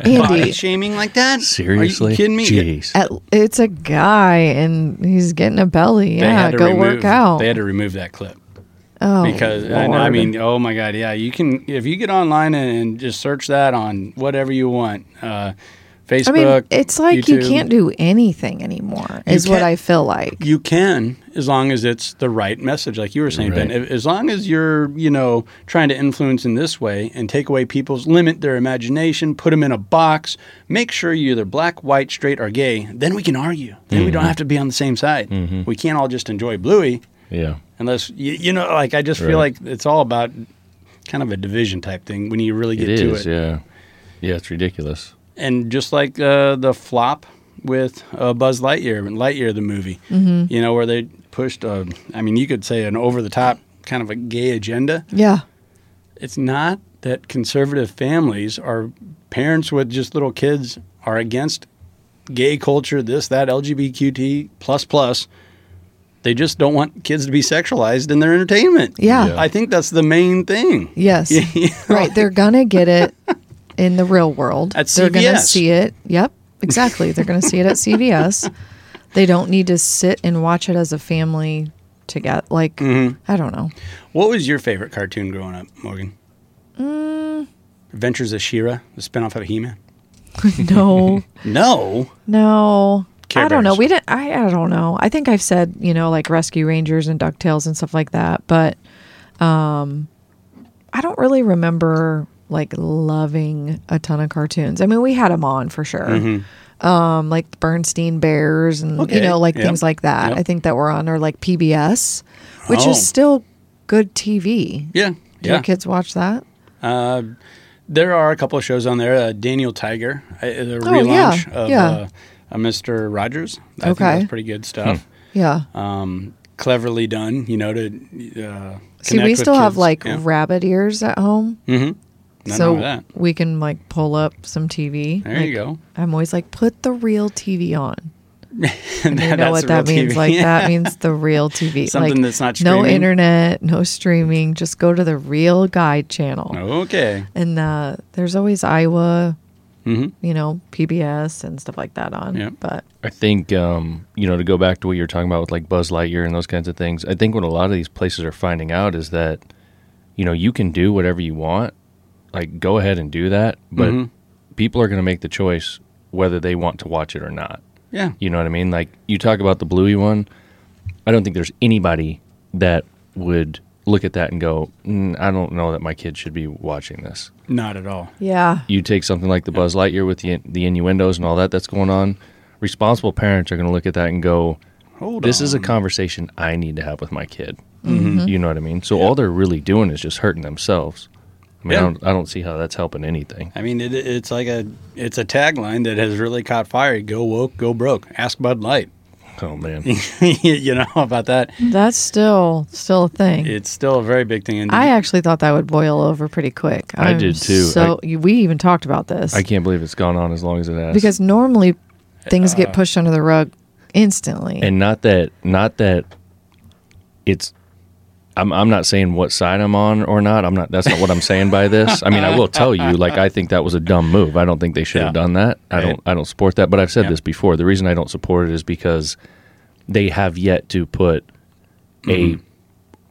Speaker 4: Body
Speaker 5: Andy,
Speaker 4: shaming like that? Are
Speaker 3: Seriously?
Speaker 4: you kidding me?
Speaker 3: Jeez.
Speaker 5: at- it's a guy and he's getting a belly.
Speaker 4: They
Speaker 5: Yeah,
Speaker 4: had to
Speaker 5: go
Speaker 4: remove,
Speaker 5: work out.
Speaker 4: They had to remove that clip.
Speaker 5: oh,
Speaker 4: because I, know- I mean, oh my God, yeah, you can if you get online and, and just search that on whatever you want, uh, Facebook.
Speaker 5: I mean, it's like you
Speaker 4: YouTube.
Speaker 5: can't do anything anymore.
Speaker 4: You
Speaker 5: Is what
Speaker 4: can't-
Speaker 5: I feel like.
Speaker 4: You can, as long as it's the right message, like you were saying, Ben.
Speaker 3: Right.
Speaker 4: If- As long as you're, you know, trying to influence in this way and take away people's limit their imagination, put them in a box, make sure you're either black, white, straight, or gay. Then we can argue. Then
Speaker 5: Mm-hmm.
Speaker 4: we don't have to be on the same side. We can't all just enjoy Bluey
Speaker 3: Yeah.
Speaker 4: unless you, you know like i just feel
Speaker 3: Right.
Speaker 4: like it's all about kind of a division type thing when you really get
Speaker 3: It
Speaker 4: to
Speaker 3: is.
Speaker 4: it
Speaker 3: Yeah. Yeah. It's ridiculous.
Speaker 4: and just like uh, the flop with uh, buzz lightyear and lightyear the movie you know where they pushed a, i mean you could say an over-the-top kind of a gay agenda
Speaker 5: yeah,
Speaker 4: it's not that conservative families or parents with just little kids are against gay culture this that lgbtq plus plus they just don't want kids to be sexualized in their entertainment
Speaker 5: yeah,
Speaker 3: Yeah.
Speaker 4: I think that's the main thing.
Speaker 5: yes, right. They're gonna get it in the real world.
Speaker 4: At
Speaker 5: they're gonna
Speaker 4: CVS.
Speaker 5: see it. Yep, exactly. They're gonna see it at CVS. They don't need to sit and watch it as a family together. Like
Speaker 4: Mm-hmm.
Speaker 5: I don't know.
Speaker 4: What was your favorite cartoon growing up, Morgan?
Speaker 5: Mm.
Speaker 4: Adventures of Shira, the spinoff of He-Man.
Speaker 5: No.
Speaker 4: No,
Speaker 5: No.
Speaker 4: Care
Speaker 5: I don't know.
Speaker 4: Bears.
Speaker 5: We didn't I, I don't know. I think I've said, you know, like Rescue Rangers and DuckTales and stuff like that, but um I don't really remember like loving a ton of cartoons. I mean, we had them on for sure. Um like the Bernstein Bears and you
Speaker 4: Mm-hmm. Okay.
Speaker 5: know like
Speaker 4: Yep.
Speaker 5: things like that.
Speaker 4: Yep.
Speaker 5: I think that were on or like PBS, which
Speaker 4: Oh.
Speaker 5: is still good TV.
Speaker 4: yeah,
Speaker 5: Do
Speaker 4: yeah.
Speaker 5: your kids watch that?
Speaker 4: There are a couple of shows on there. Uh, Daniel Tiger, uh, the
Speaker 5: Oh,
Speaker 4: relaunch
Speaker 5: yeah,
Speaker 4: of
Speaker 5: yeah.
Speaker 4: Uh, uh, Mr. Rogers. I think
Speaker 5: Okay.
Speaker 4: that's pretty good stuff.
Speaker 5: Yeah.
Speaker 3: Hmm.
Speaker 4: Um, cleverly done, you know. To uh,
Speaker 5: See,
Speaker 4: connect
Speaker 5: we
Speaker 4: with
Speaker 5: still have
Speaker 4: kids.
Speaker 5: like
Speaker 4: Yeah.
Speaker 5: rabbit ears at home. Mm-hmm.
Speaker 4: Nothing
Speaker 5: So
Speaker 4: wrong with that.
Speaker 5: we can like pull up some TV.
Speaker 4: There you
Speaker 5: Like,
Speaker 4: go.
Speaker 5: I'm always like, put the real TV on.
Speaker 4: And
Speaker 5: You
Speaker 4: that's
Speaker 5: know what
Speaker 4: the real
Speaker 5: that means?
Speaker 4: TV.
Speaker 5: Like that means the real TV.
Speaker 4: Something
Speaker 5: like,
Speaker 4: that's not
Speaker 5: no
Speaker 4: streaming?
Speaker 5: internet, no streaming. Just go to the real guide channel.
Speaker 4: okay.
Speaker 5: And uh, there's always Iowa,
Speaker 4: Mm-hmm.
Speaker 5: you know, PBS and stuff like that on.
Speaker 4: Yeah.
Speaker 5: But
Speaker 3: I think um, you know to go back to what you were talking about with like Buzz Lightyear and those kinds of things. I think what a lot of these places are finding out is that you know you can do whatever you want, like go ahead and do that, but people are going to make the choice whether they want to watch it or not.
Speaker 4: Yeah.
Speaker 3: You know what I mean? Like you talk about the Bluey one. I don't think there's anybody that would look at that and go, mm, "I don't know that my kid should be watching this."
Speaker 4: Not at all.
Speaker 5: yeah,
Speaker 3: you take something like the Buzz Lightyear with the the innuendos and all that that's going on, responsible parents are going to look at that and go,
Speaker 4: Hold
Speaker 3: "This is a
Speaker 4: on.
Speaker 3: conversation I need to have with my kid." You know what I mean? So all they're really doing is just hurting themselves. I mean,
Speaker 4: Yeah.
Speaker 3: I, don't, I don't see how that's helping anything.
Speaker 4: I mean, it, it's like a it's a tagline that has really caught fire. Go woke, go broke. Ask Bud Light.
Speaker 3: Oh man,
Speaker 4: you know about that.
Speaker 5: that's still still a thing.
Speaker 4: It's still a very big thing. And
Speaker 5: I actually thought that would boil over pretty quick.
Speaker 3: I
Speaker 5: I'm
Speaker 3: did too.
Speaker 5: So we even talked about this.
Speaker 3: I can't believe it's gone on as long as it has.
Speaker 5: because normally things
Speaker 4: Uh.
Speaker 5: get pushed under the rug instantly.
Speaker 3: and not that not that it's I'm I'm not saying what side I'm on or not. I'm not that's not what I'm saying by this. I mean, I will tell you like I think that was a dumb move. I don't think they should have
Speaker 4: Yeah.
Speaker 3: done that. I
Speaker 4: Right.
Speaker 3: don't I don't support that, but I've said
Speaker 4: Yeah.
Speaker 3: this before. The reason I don't support it is because they have yet to put
Speaker 4: Mm-hmm.
Speaker 3: a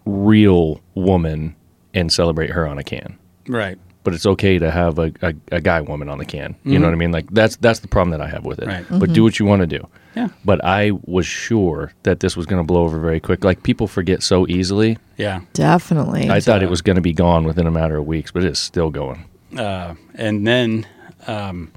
Speaker 3: real woman and celebrate her on a can
Speaker 4: right,
Speaker 3: but it's okay to have a, a, a guy woman on the can. You know what I mean? Like that's that's the problem that I have with it.
Speaker 4: Mm-hmm. Right.
Speaker 3: But do what you want to do.
Speaker 4: Yeah.
Speaker 3: But I was sure that this was going to blow over very quick. Like people forget so easily.
Speaker 4: yeah.
Speaker 5: Definitely.
Speaker 3: I thought it was going to be gone within a matter of weeks, but it's still going.
Speaker 4: Uh, and then um,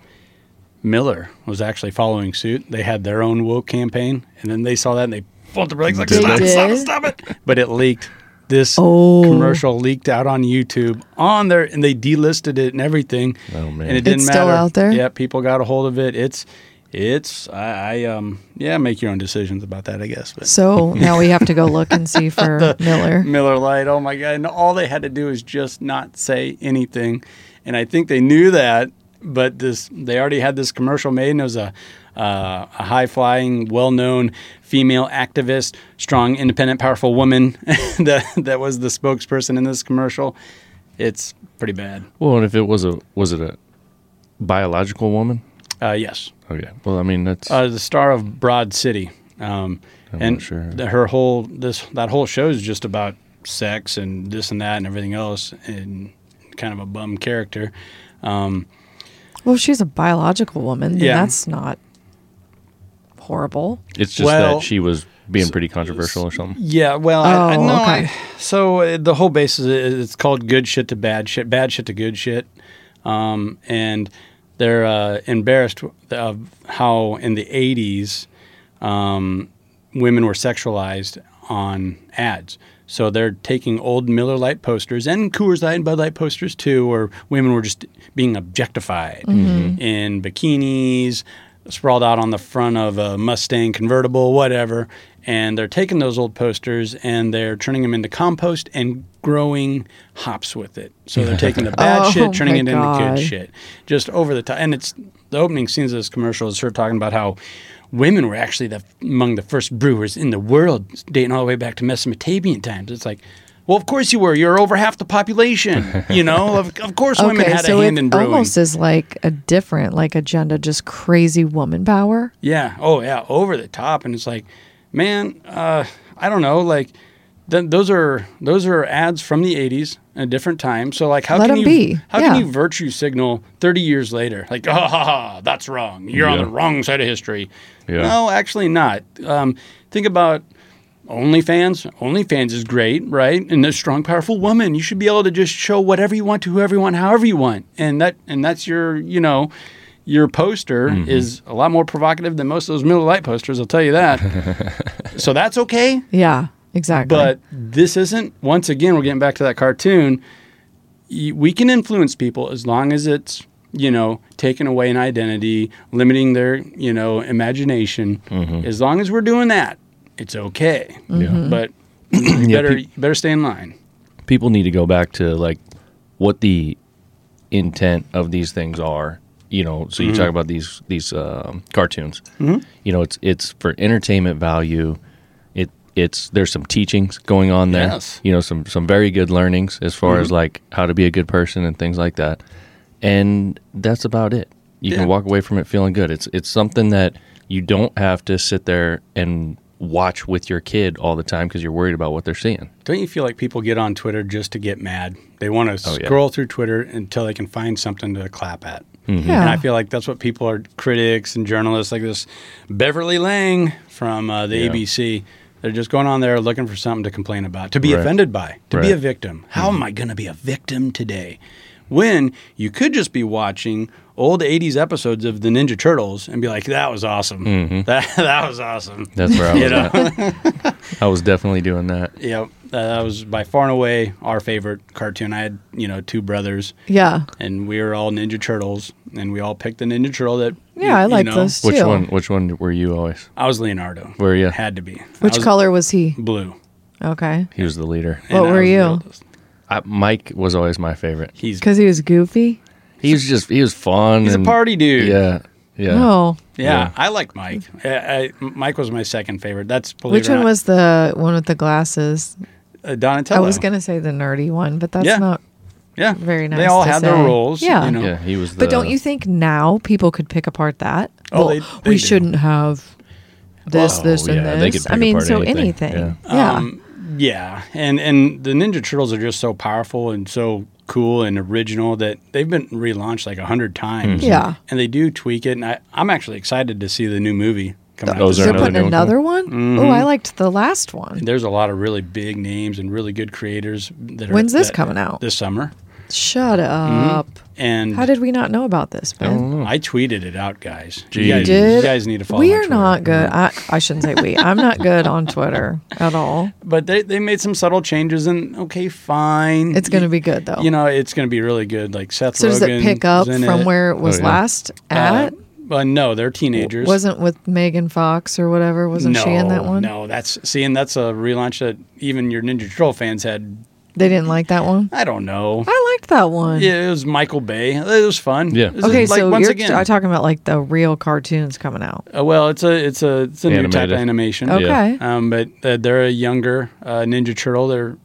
Speaker 4: Miller was actually following suit. They had their own woke campaign, and then they saw that and they pulled the brakes like
Speaker 5: They
Speaker 4: stop, it, stop, it,
Speaker 5: did?
Speaker 4: stop it. But it leaked. This
Speaker 5: Oh.
Speaker 4: commercial leaked out on YouTube on there, and they delisted it and everything.
Speaker 3: Oh, man.
Speaker 4: And it didn't
Speaker 5: It's
Speaker 4: matter.
Speaker 5: still out there?
Speaker 4: Yeah, people got a hold of it. It's it's I, I um yeah make your own decisions about that I guess. But
Speaker 5: so now we have to go look and see for Miller.
Speaker 4: Miller Lite. Oh my God. And all they had to do is just not say anything. And I think they knew that, but this they already had this commercial made, and it was a, uh, a high flying, well known female activist, strong, independent, powerful woman that, that was the spokesperson in this commercial. It's pretty bad.
Speaker 3: Well, and if it was a was it a biological woman?
Speaker 4: Uh, yes.
Speaker 3: Okay. Well, I mean that's
Speaker 4: Uh, the star of Broad City. Um,
Speaker 3: I'm
Speaker 4: and
Speaker 3: not sure.
Speaker 4: th- her whole this that whole show is just about sex and this and that and everything else and kind of a bum character. Um,
Speaker 5: Well, she's a biological woman. then
Speaker 4: Yeah.
Speaker 5: That's not horrible.
Speaker 3: it's just
Speaker 4: well-
Speaker 3: that she was being pretty controversial or something.
Speaker 4: yeah, well, I, I,
Speaker 5: Oh,
Speaker 4: no,
Speaker 5: okay.
Speaker 4: I, so uh, the whole basis is it's called good shit to bad shit, bad shit to good shit, um, and they're uh, embarrassed of how in the '80s um, women were sexualized on ads. So they're taking old Miller Lite posters and Coors Light and Bud Light posters too, where women were just being objectified
Speaker 5: Mm-hmm.
Speaker 4: in bikinis, sprawled out on the front of a Mustang convertible, whatever. And they're taking those old posters and they're turning them into compost and growing hops with it. So they're taking the bad
Speaker 5: Oh,
Speaker 4: shit, turning
Speaker 5: my
Speaker 4: it into
Speaker 5: God.
Speaker 4: good shit shit. Just over the top. And it's the opening scenes of this commercial is her talking about how women were actually the, among the first brewers in the world, dating all the way back to Mesopotamian times. It's like, well, of course you were. You're over half the population. You know, of, of course women
Speaker 5: okay,
Speaker 4: had
Speaker 5: so
Speaker 4: a hand
Speaker 5: it
Speaker 4: in brewing.
Speaker 5: almost is like a different like agenda, just crazy woman power.
Speaker 4: Yeah. Oh, yeah. Over the top, and it's like, man, uh, I don't know. Like, th- those are those are ads from the '80s, a different time. So, like, how
Speaker 5: Let
Speaker 4: can
Speaker 5: 'em
Speaker 4: you
Speaker 5: be.
Speaker 4: how
Speaker 5: Yeah.
Speaker 4: can you virtue signal 30 years later? Like, ah, ha, ha, that's wrong. You're on
Speaker 3: Yeah.
Speaker 4: the wrong side of history.
Speaker 3: Yeah.
Speaker 4: No, actually not. Um, think about OnlyFans. OnlyFans is great, right? And a strong, powerful woman. You should be able to just show whatever you want to whoever you want, however you want. And that and that's your, you know, your poster is a lot more provocative than most of those Miller Lite posters. I'll tell you that. so that's okay.
Speaker 5: Yeah, exactly.
Speaker 4: But this isn't. Once again, we're getting back to that cartoon. Y- We can influence people as long as it's you know taking away an identity, limiting their you know imagination.
Speaker 3: Mm-hmm.
Speaker 4: As long as we're doing that, it's okay.
Speaker 3: Mhm.
Speaker 4: But you
Speaker 3: Yeah,
Speaker 4: better
Speaker 3: peop-
Speaker 4: you better stay in line.
Speaker 3: people need to go back to like what the intent of these things are you know so you
Speaker 4: Mm-hmm.
Speaker 3: talk about these these um, cartoons you know it's it's for entertainment value it it's there's some teachings going on there
Speaker 4: Yes. Mm-hmm.
Speaker 3: you know some some very good learnings as far as like how to be a good person and things like that and that's about it you
Speaker 4: Yeah.
Speaker 3: can walk away from it feeling good it's it's something that you don't have to sit there and watch with your kid all the time because you're worried about what they're seeing
Speaker 4: Don't you feel like people get on Twitter just to get mad? They want to
Speaker 3: Oh, yeah.
Speaker 4: scroll through Twitter until they can find something to clap at.
Speaker 3: Mm-hmm.
Speaker 5: yeah.
Speaker 4: And I feel like that's what people are critics and journalists like this Beverly Lang from uh, the
Speaker 3: Yeah.
Speaker 4: ABC. They're just going on there looking for something to complain about, to be
Speaker 3: Right.
Speaker 4: offended by, to be
Speaker 3: Right. Mm-hmm.
Speaker 4: a victim. How am I going to be a victim today? When you could just be watching old 80s episodes of the Ninja Turtles and be like, that was awesome.
Speaker 3: Mm-hmm.
Speaker 4: That, that was awesome.
Speaker 3: That's where I was
Speaker 4: You know?
Speaker 3: at. I was definitely doing that.
Speaker 4: Yeah, that was by far and away our favorite cartoon. I had, you know, two brothers,
Speaker 5: yeah.
Speaker 4: and we were all Ninja Turtles, and we all picked the Ninja Turtle that.
Speaker 5: Yeah, I like
Speaker 4: know,
Speaker 5: those
Speaker 3: Which
Speaker 5: too.
Speaker 3: one? Which one were you always?
Speaker 4: I was Leonardo.
Speaker 3: Were you?
Speaker 4: Had to be. I
Speaker 5: Which
Speaker 4: was
Speaker 5: color was he?
Speaker 4: Blue.
Speaker 5: Okay.
Speaker 3: He was the leader.
Speaker 5: What
Speaker 4: And I
Speaker 5: were
Speaker 4: was the
Speaker 5: you?
Speaker 4: oldest.
Speaker 3: I, Mike was always my favorite.
Speaker 4: He's
Speaker 5: Because he was goofy.
Speaker 3: He was just he was fun.
Speaker 4: he's a
Speaker 3: and-
Speaker 4: party dude. Yeah,
Speaker 3: Yeah, yeah.
Speaker 5: Oh,
Speaker 3: yeah.
Speaker 4: I like Mike. I, I, Mike was my second favorite. That's believe
Speaker 5: which
Speaker 4: it or
Speaker 5: one
Speaker 4: not,
Speaker 5: was the one with the glasses?
Speaker 4: uh, Donatello?
Speaker 5: I was gonna say the nerdy one, but that's
Speaker 4: Yeah.
Speaker 5: not.
Speaker 4: Yeah,
Speaker 5: very
Speaker 4: They
Speaker 5: nice
Speaker 4: all
Speaker 5: to
Speaker 4: had their
Speaker 5: say.
Speaker 4: roles.
Speaker 5: Yeah.
Speaker 4: you know.
Speaker 3: yeah. He was. The,
Speaker 5: But don't you think now people could pick apart that?
Speaker 4: Oh,
Speaker 5: well,
Speaker 4: they- they
Speaker 5: we
Speaker 4: do.
Speaker 5: shouldn't have this,
Speaker 3: Oh,
Speaker 5: this, and
Speaker 3: yeah,
Speaker 5: this.
Speaker 3: they could
Speaker 5: I
Speaker 3: pick
Speaker 5: mean,
Speaker 3: apart
Speaker 5: so
Speaker 3: anything.
Speaker 5: anything.
Speaker 4: Yeah.
Speaker 5: Yeah.
Speaker 4: Um, yeah, and and the Ninja Turtles are just so powerful and so cool and original that they've been relaunched like a hundred times.
Speaker 5: Hmm. Yeah.
Speaker 4: and they do tweak it. And I, I'm actually excited to see the new movie come out.
Speaker 3: Those
Speaker 5: They're
Speaker 3: are another
Speaker 5: putting
Speaker 3: new one.
Speaker 5: another one.
Speaker 4: Mm-hmm.
Speaker 5: Oh, I liked the last one.
Speaker 4: There's a lot of really big names and really good creators. That are,
Speaker 5: When's this
Speaker 4: that-
Speaker 5: coming out?
Speaker 4: This summer.
Speaker 5: Shut up.
Speaker 4: And
Speaker 5: How did we not know about this, Ben?
Speaker 4: I tweeted it out, guys.
Speaker 3: Jeez.
Speaker 4: You guys,
Speaker 5: Did
Speaker 4: you guys need to follow.
Speaker 5: We
Speaker 4: on
Speaker 5: are
Speaker 4: Twitter.
Speaker 5: not good. I, I shouldn't say we. I'm not good on Twitter at all.
Speaker 4: But they, they made some subtle changes, and okay, fine.
Speaker 5: It's going to be good though.
Speaker 4: You know, it's going to be really good. Like Seth.
Speaker 5: so does it
Speaker 4: Rogen's
Speaker 5: pick up
Speaker 4: in
Speaker 5: from
Speaker 4: it.
Speaker 5: where it was
Speaker 3: yeah.
Speaker 5: last at?
Speaker 4: Uh, well, no, they're teenagers.
Speaker 5: Wasn't with Megan Fox or whatever? Wasn't
Speaker 4: no,
Speaker 5: she in that one?
Speaker 4: No, that's see, and that's a relaunch that even your Ninja Turtle fans had.
Speaker 5: They didn't like that one.
Speaker 4: I don't know.
Speaker 5: I liked that one.
Speaker 4: Yeah, it was Michael Bay. It was fun.
Speaker 3: Yeah.
Speaker 4: It was
Speaker 5: Okay,
Speaker 4: like,
Speaker 5: so
Speaker 4: once
Speaker 5: you're
Speaker 4: again,
Speaker 5: I'm talking about like the real cartoons coming out.
Speaker 4: uh, well, it's a it's a it's a new type
Speaker 3: Animated.
Speaker 4: of animation.
Speaker 5: Okay.
Speaker 4: Um, but uh, they're a younger uh, Ninja Turtle. They're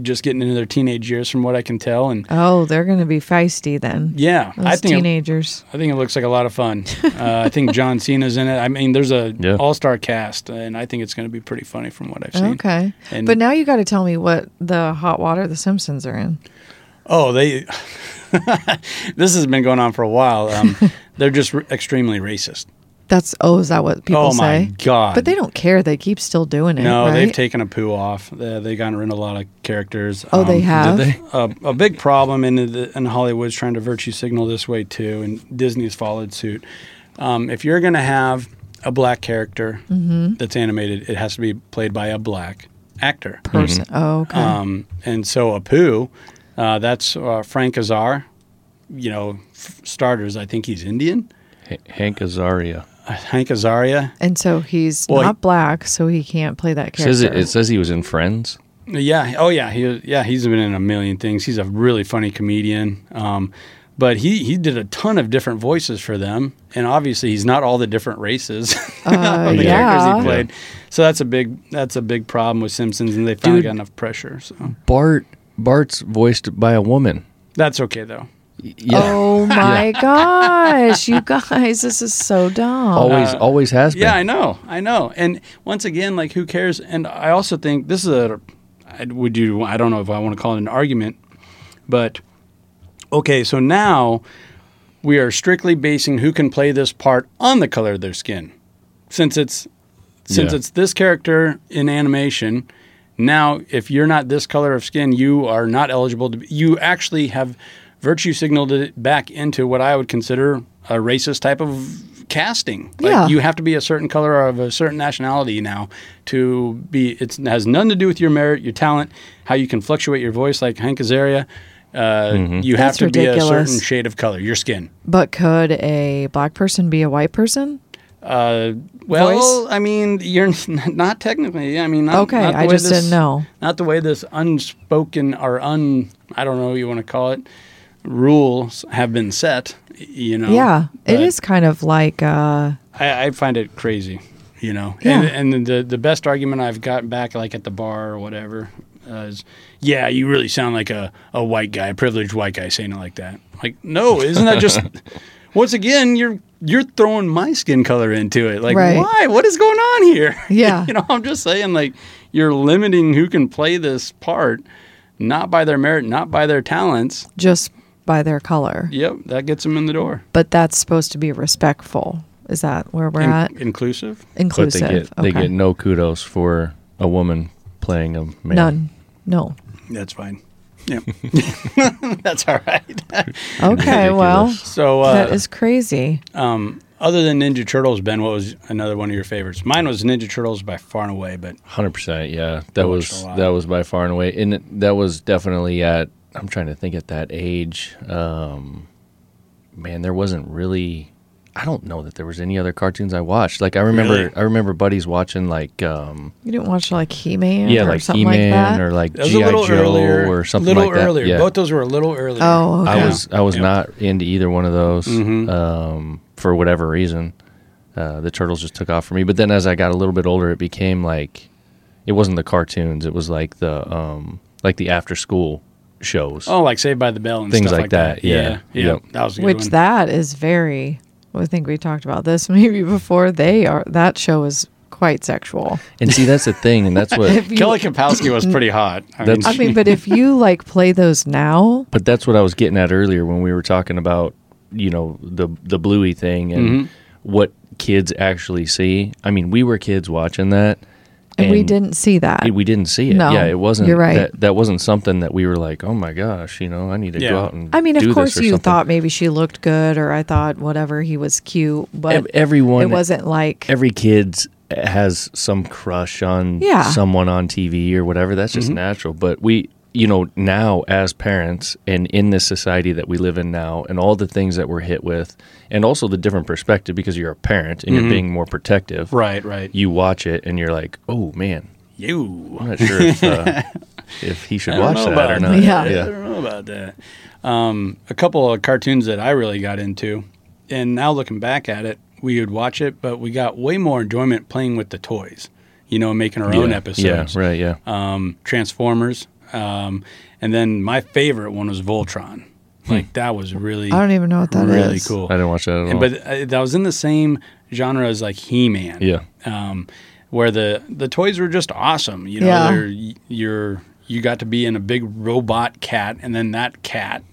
Speaker 4: just getting into their teenage years, from what I can tell. And
Speaker 5: Oh, they're going to be feisty then.
Speaker 4: yeah,
Speaker 5: Those
Speaker 4: I think it-
Speaker 5: teenagers.
Speaker 4: I think it looks like a lot of fun. uh, I think John Cena's in it. I mean, there's a
Speaker 3: Yeah.
Speaker 4: all-star cast, and I think it's going to be pretty funny from what I've seen.
Speaker 5: Okay.
Speaker 4: And-
Speaker 5: but now you got to tell me what the hot water the Simpsons are in.
Speaker 4: Oh, they. this has been going on for a while. Um, they're just r extremely racist.
Speaker 5: That's oh, is that what people
Speaker 4: oh
Speaker 5: say?
Speaker 4: my god!
Speaker 5: But they don't care. They keep still doing it.
Speaker 4: No,
Speaker 5: right?
Speaker 4: they've taken a poo off. They, they've gotten rid of a lot of characters. Um,
Speaker 5: Oh, they have.
Speaker 3: they?
Speaker 4: a, a big problem in the, in Hollywood's trying to virtue signal this way too, and Disney's followed suit. Um, if you're going to have a black character
Speaker 5: Mm-hmm.
Speaker 4: that's animated, it has to be played by a black actor.
Speaker 5: Person. Oh, okay.
Speaker 4: Um, and so Apu, uh, that's uh, Frank Azar. You know, f- starters. I think he's Indian.
Speaker 3: H- Hank Azaria
Speaker 4: Uh, Hank Azaria.
Speaker 5: and so he's
Speaker 4: Well, he-
Speaker 5: not black, so he can't play that character.
Speaker 3: says it, it says he was in Friends.
Speaker 4: Yeah. Oh, yeah. He, yeah. He's been in a million things. He's a really funny comedian. Um, but he, he did a ton of different voices for them, and obviously he's not all the different races
Speaker 5: Uh,
Speaker 4: of the characters
Speaker 5: yeah.
Speaker 4: he played. So that's a big that's a big problem with Simpsons, and they finally got enough pressure. So
Speaker 3: Bart Bart's voiced by a woman.
Speaker 4: that's okay though.
Speaker 3: Yeah.
Speaker 5: Oh my gosh, you guys, this is so dumb.
Speaker 3: always always has been.
Speaker 4: Uh, Yeah, I know, I know. And once again, like who cares? And I also think this is a I- would you I don't know if I want to call it an argument, but okay, so now we are strictly basing who can play this part on the color of their skin, since it's since
Speaker 3: Yeah.
Speaker 4: it's this character in animation. Now, if you're not this color of skin, you are not eligible to. Be, you actually have virtue signaled it back into what I would consider a racist type of casting. Like
Speaker 5: Yeah.
Speaker 4: you have to be a certain color or of a certain nationality now to be. It's, it has nothing to do with your merit, your talent, how you can fluctuate your voice, like Hank Azaria. Uh, You have
Speaker 5: That's
Speaker 4: to be a
Speaker 5: ridiculous.
Speaker 4: certain shade of color, your skin.
Speaker 5: But could a black person be a white person?
Speaker 4: Uh, well,
Speaker 5: Voice?
Speaker 4: I mean, you're not technically. I mean, not,
Speaker 5: Okay,
Speaker 4: not the
Speaker 5: I
Speaker 4: way
Speaker 5: just
Speaker 4: this-
Speaker 5: didn't know.
Speaker 4: Not the way this unspoken or un I don't know what you want to call it rules have been set. y- You
Speaker 3: Oh,
Speaker 4: know.
Speaker 5: yeah, it
Speaker 4: but
Speaker 5: is kind of like uh,
Speaker 4: I, I find it crazy. You know.
Speaker 5: Yeah.
Speaker 4: And, and the the best argument I've gotten back, like at the bar or whatever, uh, is, yeah, you really sound like a a white guy, privileged white guy, saying it like that. Like, no, isn't that just? Once again, you're you're throwing my skin color into it. Like,
Speaker 5: Right.
Speaker 4: why? What is going on here?
Speaker 5: Yeah.
Speaker 4: you know, I'm just saying, like, you're limiting who can play this part, not by their merit, not by their talents.
Speaker 5: just by their color.
Speaker 4: Yep, that gets them in the door.
Speaker 5: But that's supposed to be respectful. Is that where we're
Speaker 4: In-
Speaker 5: at?
Speaker 4: inclusive.
Speaker 3: But they
Speaker 5: Inclusive.
Speaker 3: get
Speaker 5: okay.
Speaker 3: they get no kudos for a woman playing a man.
Speaker 5: none. No.
Speaker 4: That's fine. Yep, that's all right.
Speaker 5: Okay, well,
Speaker 3: Ridiculous.
Speaker 4: So uh,
Speaker 5: that is crazy.
Speaker 4: um, other than Ninja Turtles, Ben, what was another one of your favorites? Mine was Ninja Turtles by far and away, but
Speaker 3: Hundred percent, yeah. That
Speaker 4: watched
Speaker 3: was
Speaker 4: a lot.
Speaker 3: that was by far and away, and it- that was definitely at. I'm trying to think at that age. Um, man, there wasn't really. I don't know that there was any other cartoons I watched. Like I remember,
Speaker 4: Really?
Speaker 3: I remember buddies watching like, um,
Speaker 5: You didn't watch like He Man
Speaker 3: yeah,
Speaker 5: or
Speaker 3: like
Speaker 5: something
Speaker 3: E-Man
Speaker 5: like that?
Speaker 3: or like
Speaker 4: that was
Speaker 3: GI
Speaker 4: a little
Speaker 3: Joe
Speaker 4: earlier
Speaker 3: or something
Speaker 4: little
Speaker 3: like that.
Speaker 4: earlier.
Speaker 3: Yeah.
Speaker 4: Both those were a little earlier.
Speaker 5: Oh, okay.
Speaker 3: I was I was
Speaker 4: Yeah. Mm-hmm.
Speaker 3: not into either one of those um, for whatever reason. Uh, the turtles just took off for me. But then as I got a little bit older, it became like it wasn't the cartoons. It was like the um, like the after school shows.
Speaker 4: Oh, like Saved by the Bell and
Speaker 3: Things
Speaker 4: stuff
Speaker 3: like
Speaker 4: like, that.
Speaker 3: that, yeah.
Speaker 4: yeah,
Speaker 3: Yep.
Speaker 4: That was a good
Speaker 5: Which
Speaker 4: one.
Speaker 5: that is very. I think we talked about this maybe before. They are that show is quite sexual.
Speaker 3: And see, that's the thing, and that's what.
Speaker 5: If you-
Speaker 4: Kelly Kapowski was pretty hot. I mean,
Speaker 3: That's-
Speaker 5: I mean, but if you like play those now,
Speaker 3: but that's what I was getting at earlier when we were talking about you know the the bluey thing and
Speaker 4: Mm-hmm.
Speaker 3: what kids actually see. I mean, we were kids watching that,
Speaker 5: and we didn't see that.
Speaker 3: it- we didn't see it.
Speaker 5: No,
Speaker 3: yeah, it wasn't.
Speaker 5: you're right.
Speaker 3: That, that wasn't something that we were like, oh my gosh, you know, I need to
Speaker 4: Yeah.
Speaker 3: go out and.
Speaker 5: I mean,
Speaker 3: do
Speaker 5: of
Speaker 3: this
Speaker 5: course,
Speaker 3: or
Speaker 5: you
Speaker 3: something."
Speaker 5: thought maybe she looked good, or I thought whatever he was cute, but
Speaker 3: Ev- everyone-
Speaker 5: it wasn't like
Speaker 3: every kid's has some crush on
Speaker 5: Yeah.
Speaker 3: someone on TV or whatever. That's just
Speaker 4: Mm-hmm.
Speaker 3: natural. But we, you know, now as parents and in this society that we live in now, and all the things that we're hit with, and also the different perspective because you're a parent and you're being more protective.
Speaker 4: Mm-hmm. right, right.
Speaker 3: You watch it and you're like, oh man,
Speaker 4: You.
Speaker 3: I'm not sure if uh, if he should
Speaker 4: I don't
Speaker 3: watch
Speaker 4: know
Speaker 3: that or
Speaker 4: about
Speaker 3: not.
Speaker 4: that.
Speaker 5: Yeah.
Speaker 4: I don't know about that. Um, a couple of cartoons that I really got into, and now looking back at it, we would watch it, but we got way more enjoyment playing with the toys. You know, making our own
Speaker 3: Yeah.
Speaker 4: episodes. Uh,
Speaker 3: Yeah, right. Yeah.
Speaker 4: um, Transformers. Um, and then my favorite one was Voltron. Like that was really
Speaker 5: I don't even know what that is.
Speaker 4: really cool.
Speaker 3: Hmm. I didn't watch that at all.
Speaker 4: And- but uh, that was in the same genre as like He-Man.
Speaker 3: Yeah.
Speaker 4: Um, where the the toys were just awesome. You know,
Speaker 5: Yeah.
Speaker 4: they're, you're you got to be in a big robot cat, and then that cat,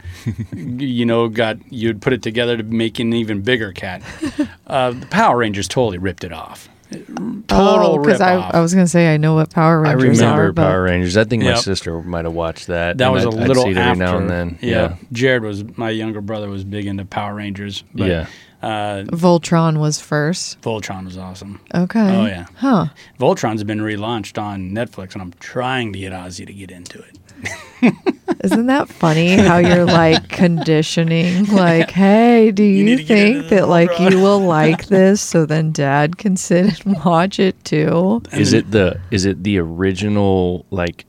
Speaker 4: you know, got you'd put it together to make an even bigger cat. Uh, the Power Rangers totally ripped it off. Total
Speaker 5: Oh,
Speaker 4: rip
Speaker 5: I,
Speaker 4: off.
Speaker 5: I was gonna say I know what Power
Speaker 3: I
Speaker 5: Rangers
Speaker 3: remember
Speaker 5: are, but
Speaker 3: Power Rangers. I think my
Speaker 4: Yep.
Speaker 3: sister might have watched that.
Speaker 4: that
Speaker 3: and
Speaker 4: was a
Speaker 3: I'd- I'd
Speaker 4: little
Speaker 3: see it
Speaker 4: after.
Speaker 3: every now and then. Yeah.
Speaker 4: Jared was my younger brother was big into Power Rangers. But,
Speaker 3: Yeah.
Speaker 4: Uh,
Speaker 5: Voltron was first.
Speaker 4: Voltron was awesome.
Speaker 5: Okay.
Speaker 4: Oh, yeah.
Speaker 5: Huh.
Speaker 4: Voltron's been relaunched on Netflix, and I'm trying to get Ozzy to get into it.
Speaker 5: Isn't that funny how you're like conditioning like, hey, do you,
Speaker 4: need to get into
Speaker 5: think
Speaker 4: the
Speaker 5: that like
Speaker 4: Voltron."
Speaker 5: you will like this so then dad can sit and watch it too?
Speaker 3: Is it the is it the original like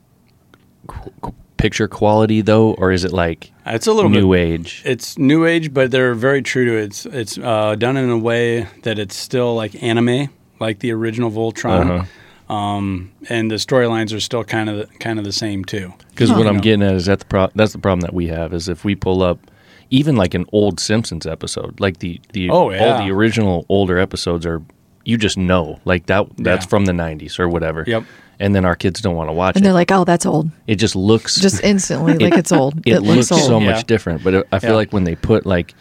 Speaker 3: qu- qu- picture quality though, or is it like
Speaker 4: It's a little
Speaker 3: new
Speaker 4: bit.
Speaker 3: age?
Speaker 4: It's new age, but they're very true to it. It's it's uh, done in a way that it's still like anime, like the original Voltron,
Speaker 3: Uh-huh.
Speaker 4: um, and the storylines are still kind of the, kind of the same too.
Speaker 3: Because what I'm
Speaker 4: No.
Speaker 3: getting at is that the pro- that's the problem that we have is if we pull up even like an old Simpsons episode, like the the
Speaker 4: Oh, yeah.
Speaker 3: all the original older episodes are you just know like that that's
Speaker 4: Yeah.
Speaker 3: from the 90s or whatever.
Speaker 4: Yep.
Speaker 3: And then our kids don't want to watch
Speaker 5: And
Speaker 3: it.
Speaker 5: they're like, oh, that's old.
Speaker 3: it just looks
Speaker 5: Just instantly, like it's old.
Speaker 3: it, looks,
Speaker 5: old.
Speaker 3: so much
Speaker 4: Yeah.
Speaker 3: different. But it, I feel
Speaker 4: Yeah.
Speaker 3: like when they put like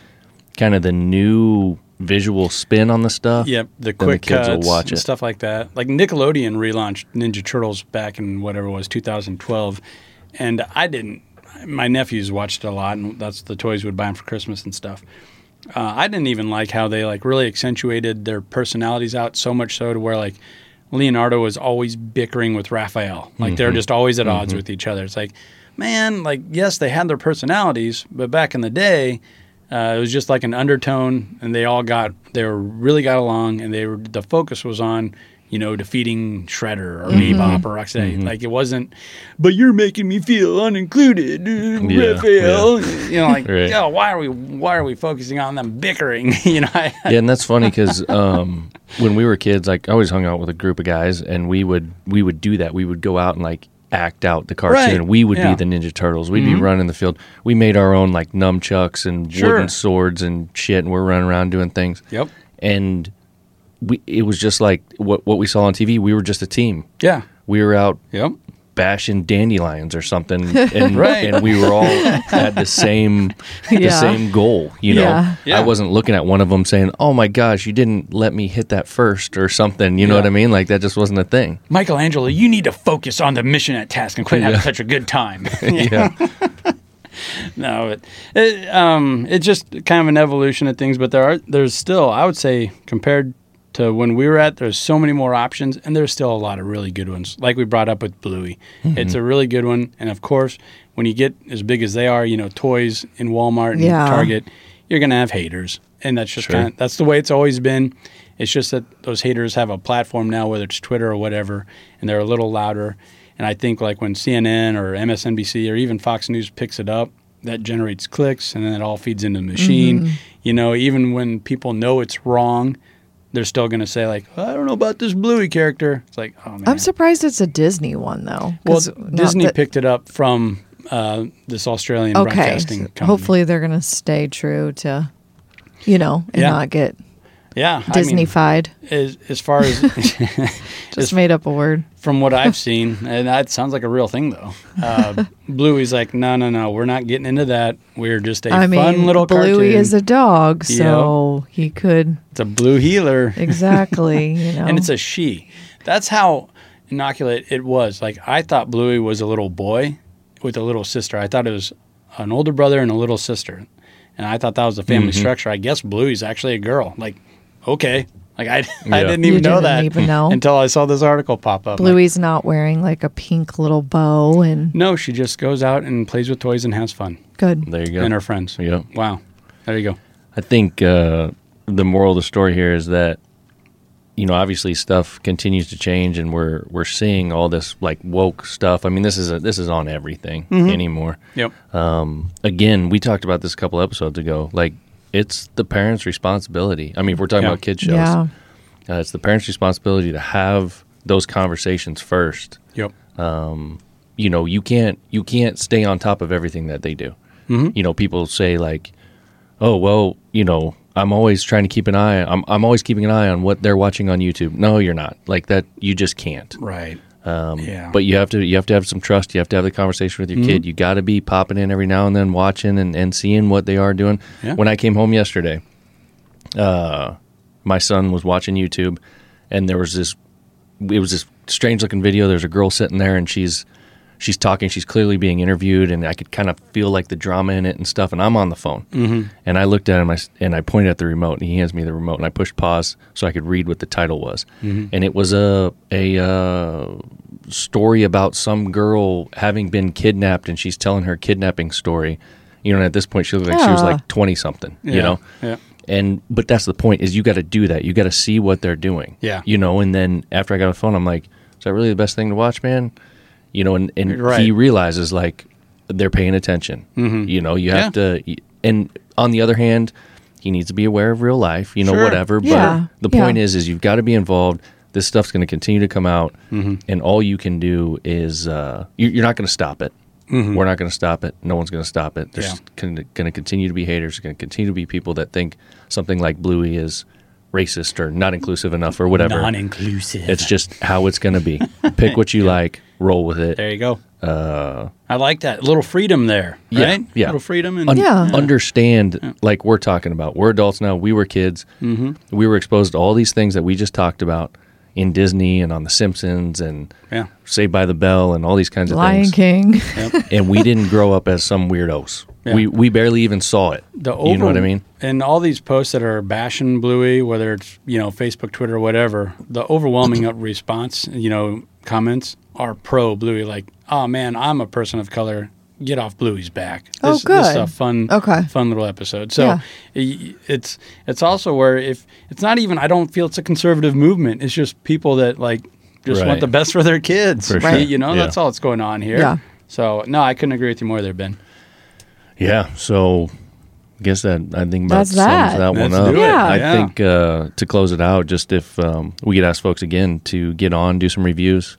Speaker 3: kind of the new visual spin on the stuff,
Speaker 4: Yep, the
Speaker 3: then
Speaker 4: quick
Speaker 3: the kids
Speaker 4: cuts
Speaker 3: will watch
Speaker 4: and
Speaker 3: it.
Speaker 4: stuff like that. Like Nickelodeon relaunched Ninja Turtles back in whatever it was 2012, and I didn't. My nephews watched it a lot, and that's the toys we'd buy them for Christmas and stuff. Uh, I didn't even like how they like really accentuated their personalities out so much so to where like Leonardo was always bickering with Raphael. Like they're
Speaker 3: Mm-hmm.
Speaker 4: just always at odds with each other. It's like, man, like yes, they had their personalities, but back in the day, uh, it was just like an undertone, and they all got they were really got along, and they were the focus was on you know defeating Shredder or
Speaker 3: Mm-hmm.
Speaker 4: Bebop or Rocksteady. Like it wasn't, but you're making me feel unincluded, uh,
Speaker 3: Yeah,
Speaker 4: Raphael. You know, like
Speaker 3: Right.
Speaker 4: yo, why are we why are we focusing on them bickering? you know, I,
Speaker 3: yeah, and that's funny because um, when we were kids, like I always hung out with a group of guys, and we would we would do that. We would go out and like act out the cartoon.
Speaker 4: Right,
Speaker 3: We would
Speaker 4: yeah. Mm-hmm.
Speaker 3: be the Ninja Turtles. We'd be running the field. We made our own like nunchucks and
Speaker 4: Sure.
Speaker 3: wooden swords and shit, and we're running around doing things.
Speaker 4: Yep.
Speaker 3: And we it was just like what what we saw on TV. We were just a team.
Speaker 4: yeah,
Speaker 3: We were out
Speaker 4: yep,
Speaker 3: bashing dandelions or something, and,
Speaker 4: Right.
Speaker 3: and we were all had the same the
Speaker 5: Yeah.
Speaker 3: same goal. You know,
Speaker 5: Yeah.
Speaker 4: Yeah.
Speaker 3: I wasn't looking at one of them saying, "Oh my gosh, you didn't let me hit that first or something. You know
Speaker 4: Yeah.
Speaker 3: what I mean? Like that just wasn't a thing.
Speaker 4: Michelangelo, you need to focus on the mission at task and quit having such a good time.
Speaker 3: Yeah,
Speaker 4: no, it, it um, it's just kind of an evolution of things. But there are there's still, I would say, compared to when we were at, there's so many more options, and there's still a lot of really good ones. Like we brought up with Bluey, it's a really good one. And of course, when you get as big as they are, you know, toys in Walmart and
Speaker 5: Yeah.
Speaker 4: Target, you're gonna have haters, and that's just
Speaker 3: Sure.
Speaker 4: kind of, that's the way it's always been. It's just that those haters have a platform now, whether it's Twitter or whatever, and they're a little louder. And I think like when CNN or MSNBC or even Fox News picks it up, that generates clicks, and then it all feeds into the machine.
Speaker 5: Mm-hmm.
Speaker 4: You know, even when people know it's wrong, they're still going to say like, "I don't know about this Bluey character." It's like, oh man,
Speaker 5: I'm surprised it's a Disney one though.
Speaker 4: well,
Speaker 5: 'cause not
Speaker 4: Disney
Speaker 5: that-
Speaker 4: picked it up from uh, this Australian
Speaker 5: Okay.
Speaker 4: broadcasting
Speaker 5: so
Speaker 4: company.
Speaker 5: Hopefully they're gonna stay true to, you know, and
Speaker 4: Yeah.
Speaker 5: not get
Speaker 4: yeah, I mean,
Speaker 5: Disneyfied.
Speaker 4: as, as far as
Speaker 5: Just made up a word.
Speaker 4: from what I've seen, and that sounds like a real thing though. Uh, Bluey's like, no, no, no, we're not getting into that. We're just a
Speaker 5: I
Speaker 4: fun
Speaker 5: mean,
Speaker 4: little
Speaker 5: Bluey
Speaker 4: cartoon.
Speaker 5: is a dog, so he could
Speaker 4: it's a blue healer,
Speaker 5: exactly. You know,
Speaker 4: and it's a she. That's how inoculate it was. Like I thought Bluey was a little boy with a little sister. I thought it was an older brother and a little sister, and I thought that was the family structure. I guess Bluey's actually a girl. Like, okay, like I, I
Speaker 3: Yeah.
Speaker 4: didn't
Speaker 5: You
Speaker 4: even know
Speaker 5: didn't
Speaker 4: that
Speaker 5: even know.
Speaker 4: until I saw this article pop up. Like,
Speaker 5: Bluey's not wearing like a pink little bow and
Speaker 4: no, she just goes out and plays with toys and has fun.
Speaker 5: good.
Speaker 3: there you go.
Speaker 4: and her friends.
Speaker 3: Yeah.
Speaker 4: Wow. There you go.
Speaker 3: I think uh, the moral of the story here is that you know obviously stuff continues to change, and we're we're seeing all this like woke stuff. I mean, this is a, this is on everything
Speaker 4: Mm-hmm.
Speaker 3: anymore.
Speaker 4: Yep.
Speaker 3: again, we talked about this a couple episodes ago. Like, it's the parents' responsibility. I mean, if we're talking
Speaker 4: Yeah.
Speaker 3: about kid shows,
Speaker 5: Yeah,
Speaker 3: uh, it's the parents' responsibility to have those conversations first
Speaker 4: Yep.
Speaker 3: you know you can't you can't stay on top of everything that they do. You know, people say like, "Oh, well, you know, I'm always trying to keep an eye. I'm I'm always keeping an eye on what they're watching on YouTube." No, you're not. Like that, you just can't.
Speaker 4: Right. Um, yeah. Mm-hmm.
Speaker 3: But you have to you have to have some trust. You have to have the conversation with your kid. You got to be popping in every now and then, watching and, and seeing what they are doing.
Speaker 4: Yeah.
Speaker 3: When I came home yesterday, uh, my son was watching YouTube, and there was this it was this strange looking video. There's a girl sitting there, and she's she's talking. She's clearly being interviewed, and I could kind of feel like the drama in it and stuff. And I'm on the phone, mm-hmm. and I looked at him, I s- and I pointed at the remote, and he hands me the remote, and I pushed pause so I could read what the title was, and it was a a uh, story about some girl having been kidnapped, and she's telling her kidnapping story. You know, and at this point, she looked like she was
Speaker 5: Ah.
Speaker 3: like twenty something.
Speaker 4: Yeah.
Speaker 3: You know,
Speaker 4: Yeah.
Speaker 3: and but that's the point is you got to do that. You got to see what they're doing.
Speaker 4: Yeah.
Speaker 3: You know, and then after I got on the phone, I'm like, is that really the best thing to watch, man? You know, and, and
Speaker 4: Right. Mm-hmm.
Speaker 3: he realizes like they're paying attention. You know, you have to. And on the other hand, he needs to be aware of real life. You know,
Speaker 4: Sure.
Speaker 3: whatever.
Speaker 5: Yeah.
Speaker 3: But the
Speaker 5: Yeah.
Speaker 3: point is, is you've got to be involved. This stuff's going to continue to come out,
Speaker 4: Mm-hmm.
Speaker 3: and all you can do is uh, you, you're not going to stop it. We're not going to stop it. No one's going to stop it. There's
Speaker 4: Mm-hmm. Yeah.
Speaker 3: going to continue to be haters. Going to continue to be people that think something like Bluey is racist or not inclusive enough or whatever.
Speaker 4: Non-inclusive.
Speaker 3: it's just how it's going to be. Pick what you like, roll with it.
Speaker 4: there you go. Uh, I like that little freedom there.
Speaker 3: Yeah,
Speaker 4: Right?
Speaker 3: yeah.
Speaker 4: Little freedom and
Speaker 3: Un-
Speaker 5: Yeah.
Speaker 3: Understand, like we're talking about. We're adults now. We were kids.
Speaker 4: Mm-hmm.
Speaker 3: We were exposed to all these things that we just talked about in Disney and on The Simpsons and
Speaker 4: yeah.
Speaker 3: Saved by the Bell and all these kinds of
Speaker 5: Lion
Speaker 3: things.
Speaker 5: King.
Speaker 3: and we didn't grow up as some weirdos.
Speaker 4: Yeah.
Speaker 3: We we barely even saw it.
Speaker 4: the over,
Speaker 3: you know what I mean?
Speaker 4: And all these posts that are bashing Bluey, whether it's you know Facebook, Twitter, whatever, the overwhelming up response, you know, comments are pro Bluey. Like, oh man, I'm a person of color. Get off Bluey's back. This,
Speaker 5: Oh,
Speaker 4: This is a
Speaker 5: good.
Speaker 4: fun,
Speaker 5: Okay.
Speaker 4: fun little episode. So
Speaker 5: Yeah.
Speaker 4: i- it's it's also where if it's not even, I don't feel it's a conservative movement. It's just people that like just
Speaker 3: Right.
Speaker 4: want the best for their kids.
Speaker 3: For
Speaker 5: Right. sure.
Speaker 4: You know,
Speaker 3: Yeah.
Speaker 4: that's all that's going on here.
Speaker 5: Yeah.
Speaker 4: So no, I couldn't agree with you more there, Ben.
Speaker 3: Yeah. So I guess that I think about
Speaker 5: That's
Speaker 3: sums
Speaker 5: that.
Speaker 3: that, one
Speaker 4: Let's
Speaker 3: up.
Speaker 4: do it.
Speaker 5: Yeah.
Speaker 3: I
Speaker 4: Yeah.
Speaker 3: think uh, to close it out, just if um, we could ask folks again to get on, do some reviews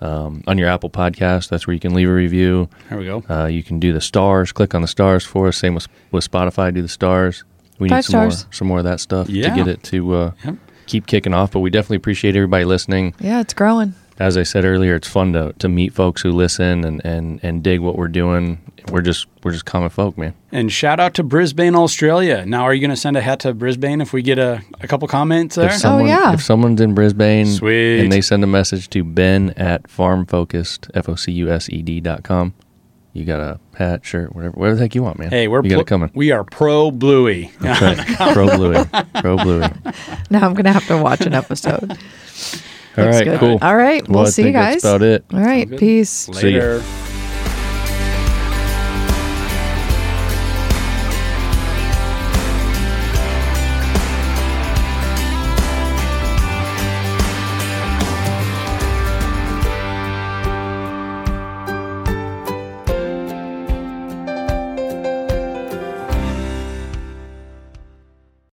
Speaker 3: um, on your Apple podcast. That's where you can leave a review.
Speaker 4: There we go.
Speaker 3: Uh, you can do the stars. Click on the stars for us. Same with with Spotify. Do the stars. We need
Speaker 5: Five
Speaker 3: some
Speaker 5: stars.
Speaker 3: more some more of that stuff
Speaker 4: Yeah.
Speaker 3: to get it to uh,
Speaker 4: Yep.
Speaker 3: keep kicking off. But we definitely appreciate everybody listening.
Speaker 5: yeah, it's growing.
Speaker 3: as I said earlier, it's fun to, to meet folks who listen and, and, and dig what we're doing. We're just we're just common folk, man.
Speaker 4: And shout out to Brisbane, Australia. Now, are you going to send a hat to Brisbane if we get a, a couple comments there?
Speaker 3: If someone
Speaker 5: Oh, yeah.
Speaker 3: if someone's in Brisbane
Speaker 4: Sweet.
Speaker 3: and they send a message to Ben at farmfocused f o c u s e d dot com, you got a hat, shirt, whatever whatever the heck you want, man.
Speaker 4: hey, we're
Speaker 3: you got
Speaker 4: pl-
Speaker 3: it coming.
Speaker 4: We are pro Bluey.
Speaker 3: That's right. pro bluey. Pro bluey.
Speaker 5: Now I'm gonna have to watch an episode.
Speaker 3: All
Speaker 5: Looks
Speaker 3: right,
Speaker 5: good.
Speaker 3: cool.
Speaker 5: All right, we'll
Speaker 3: I
Speaker 5: see you
Speaker 3: think
Speaker 5: guys.
Speaker 3: That's about it.
Speaker 5: All right, peace.
Speaker 3: See ya.
Speaker 4: Later.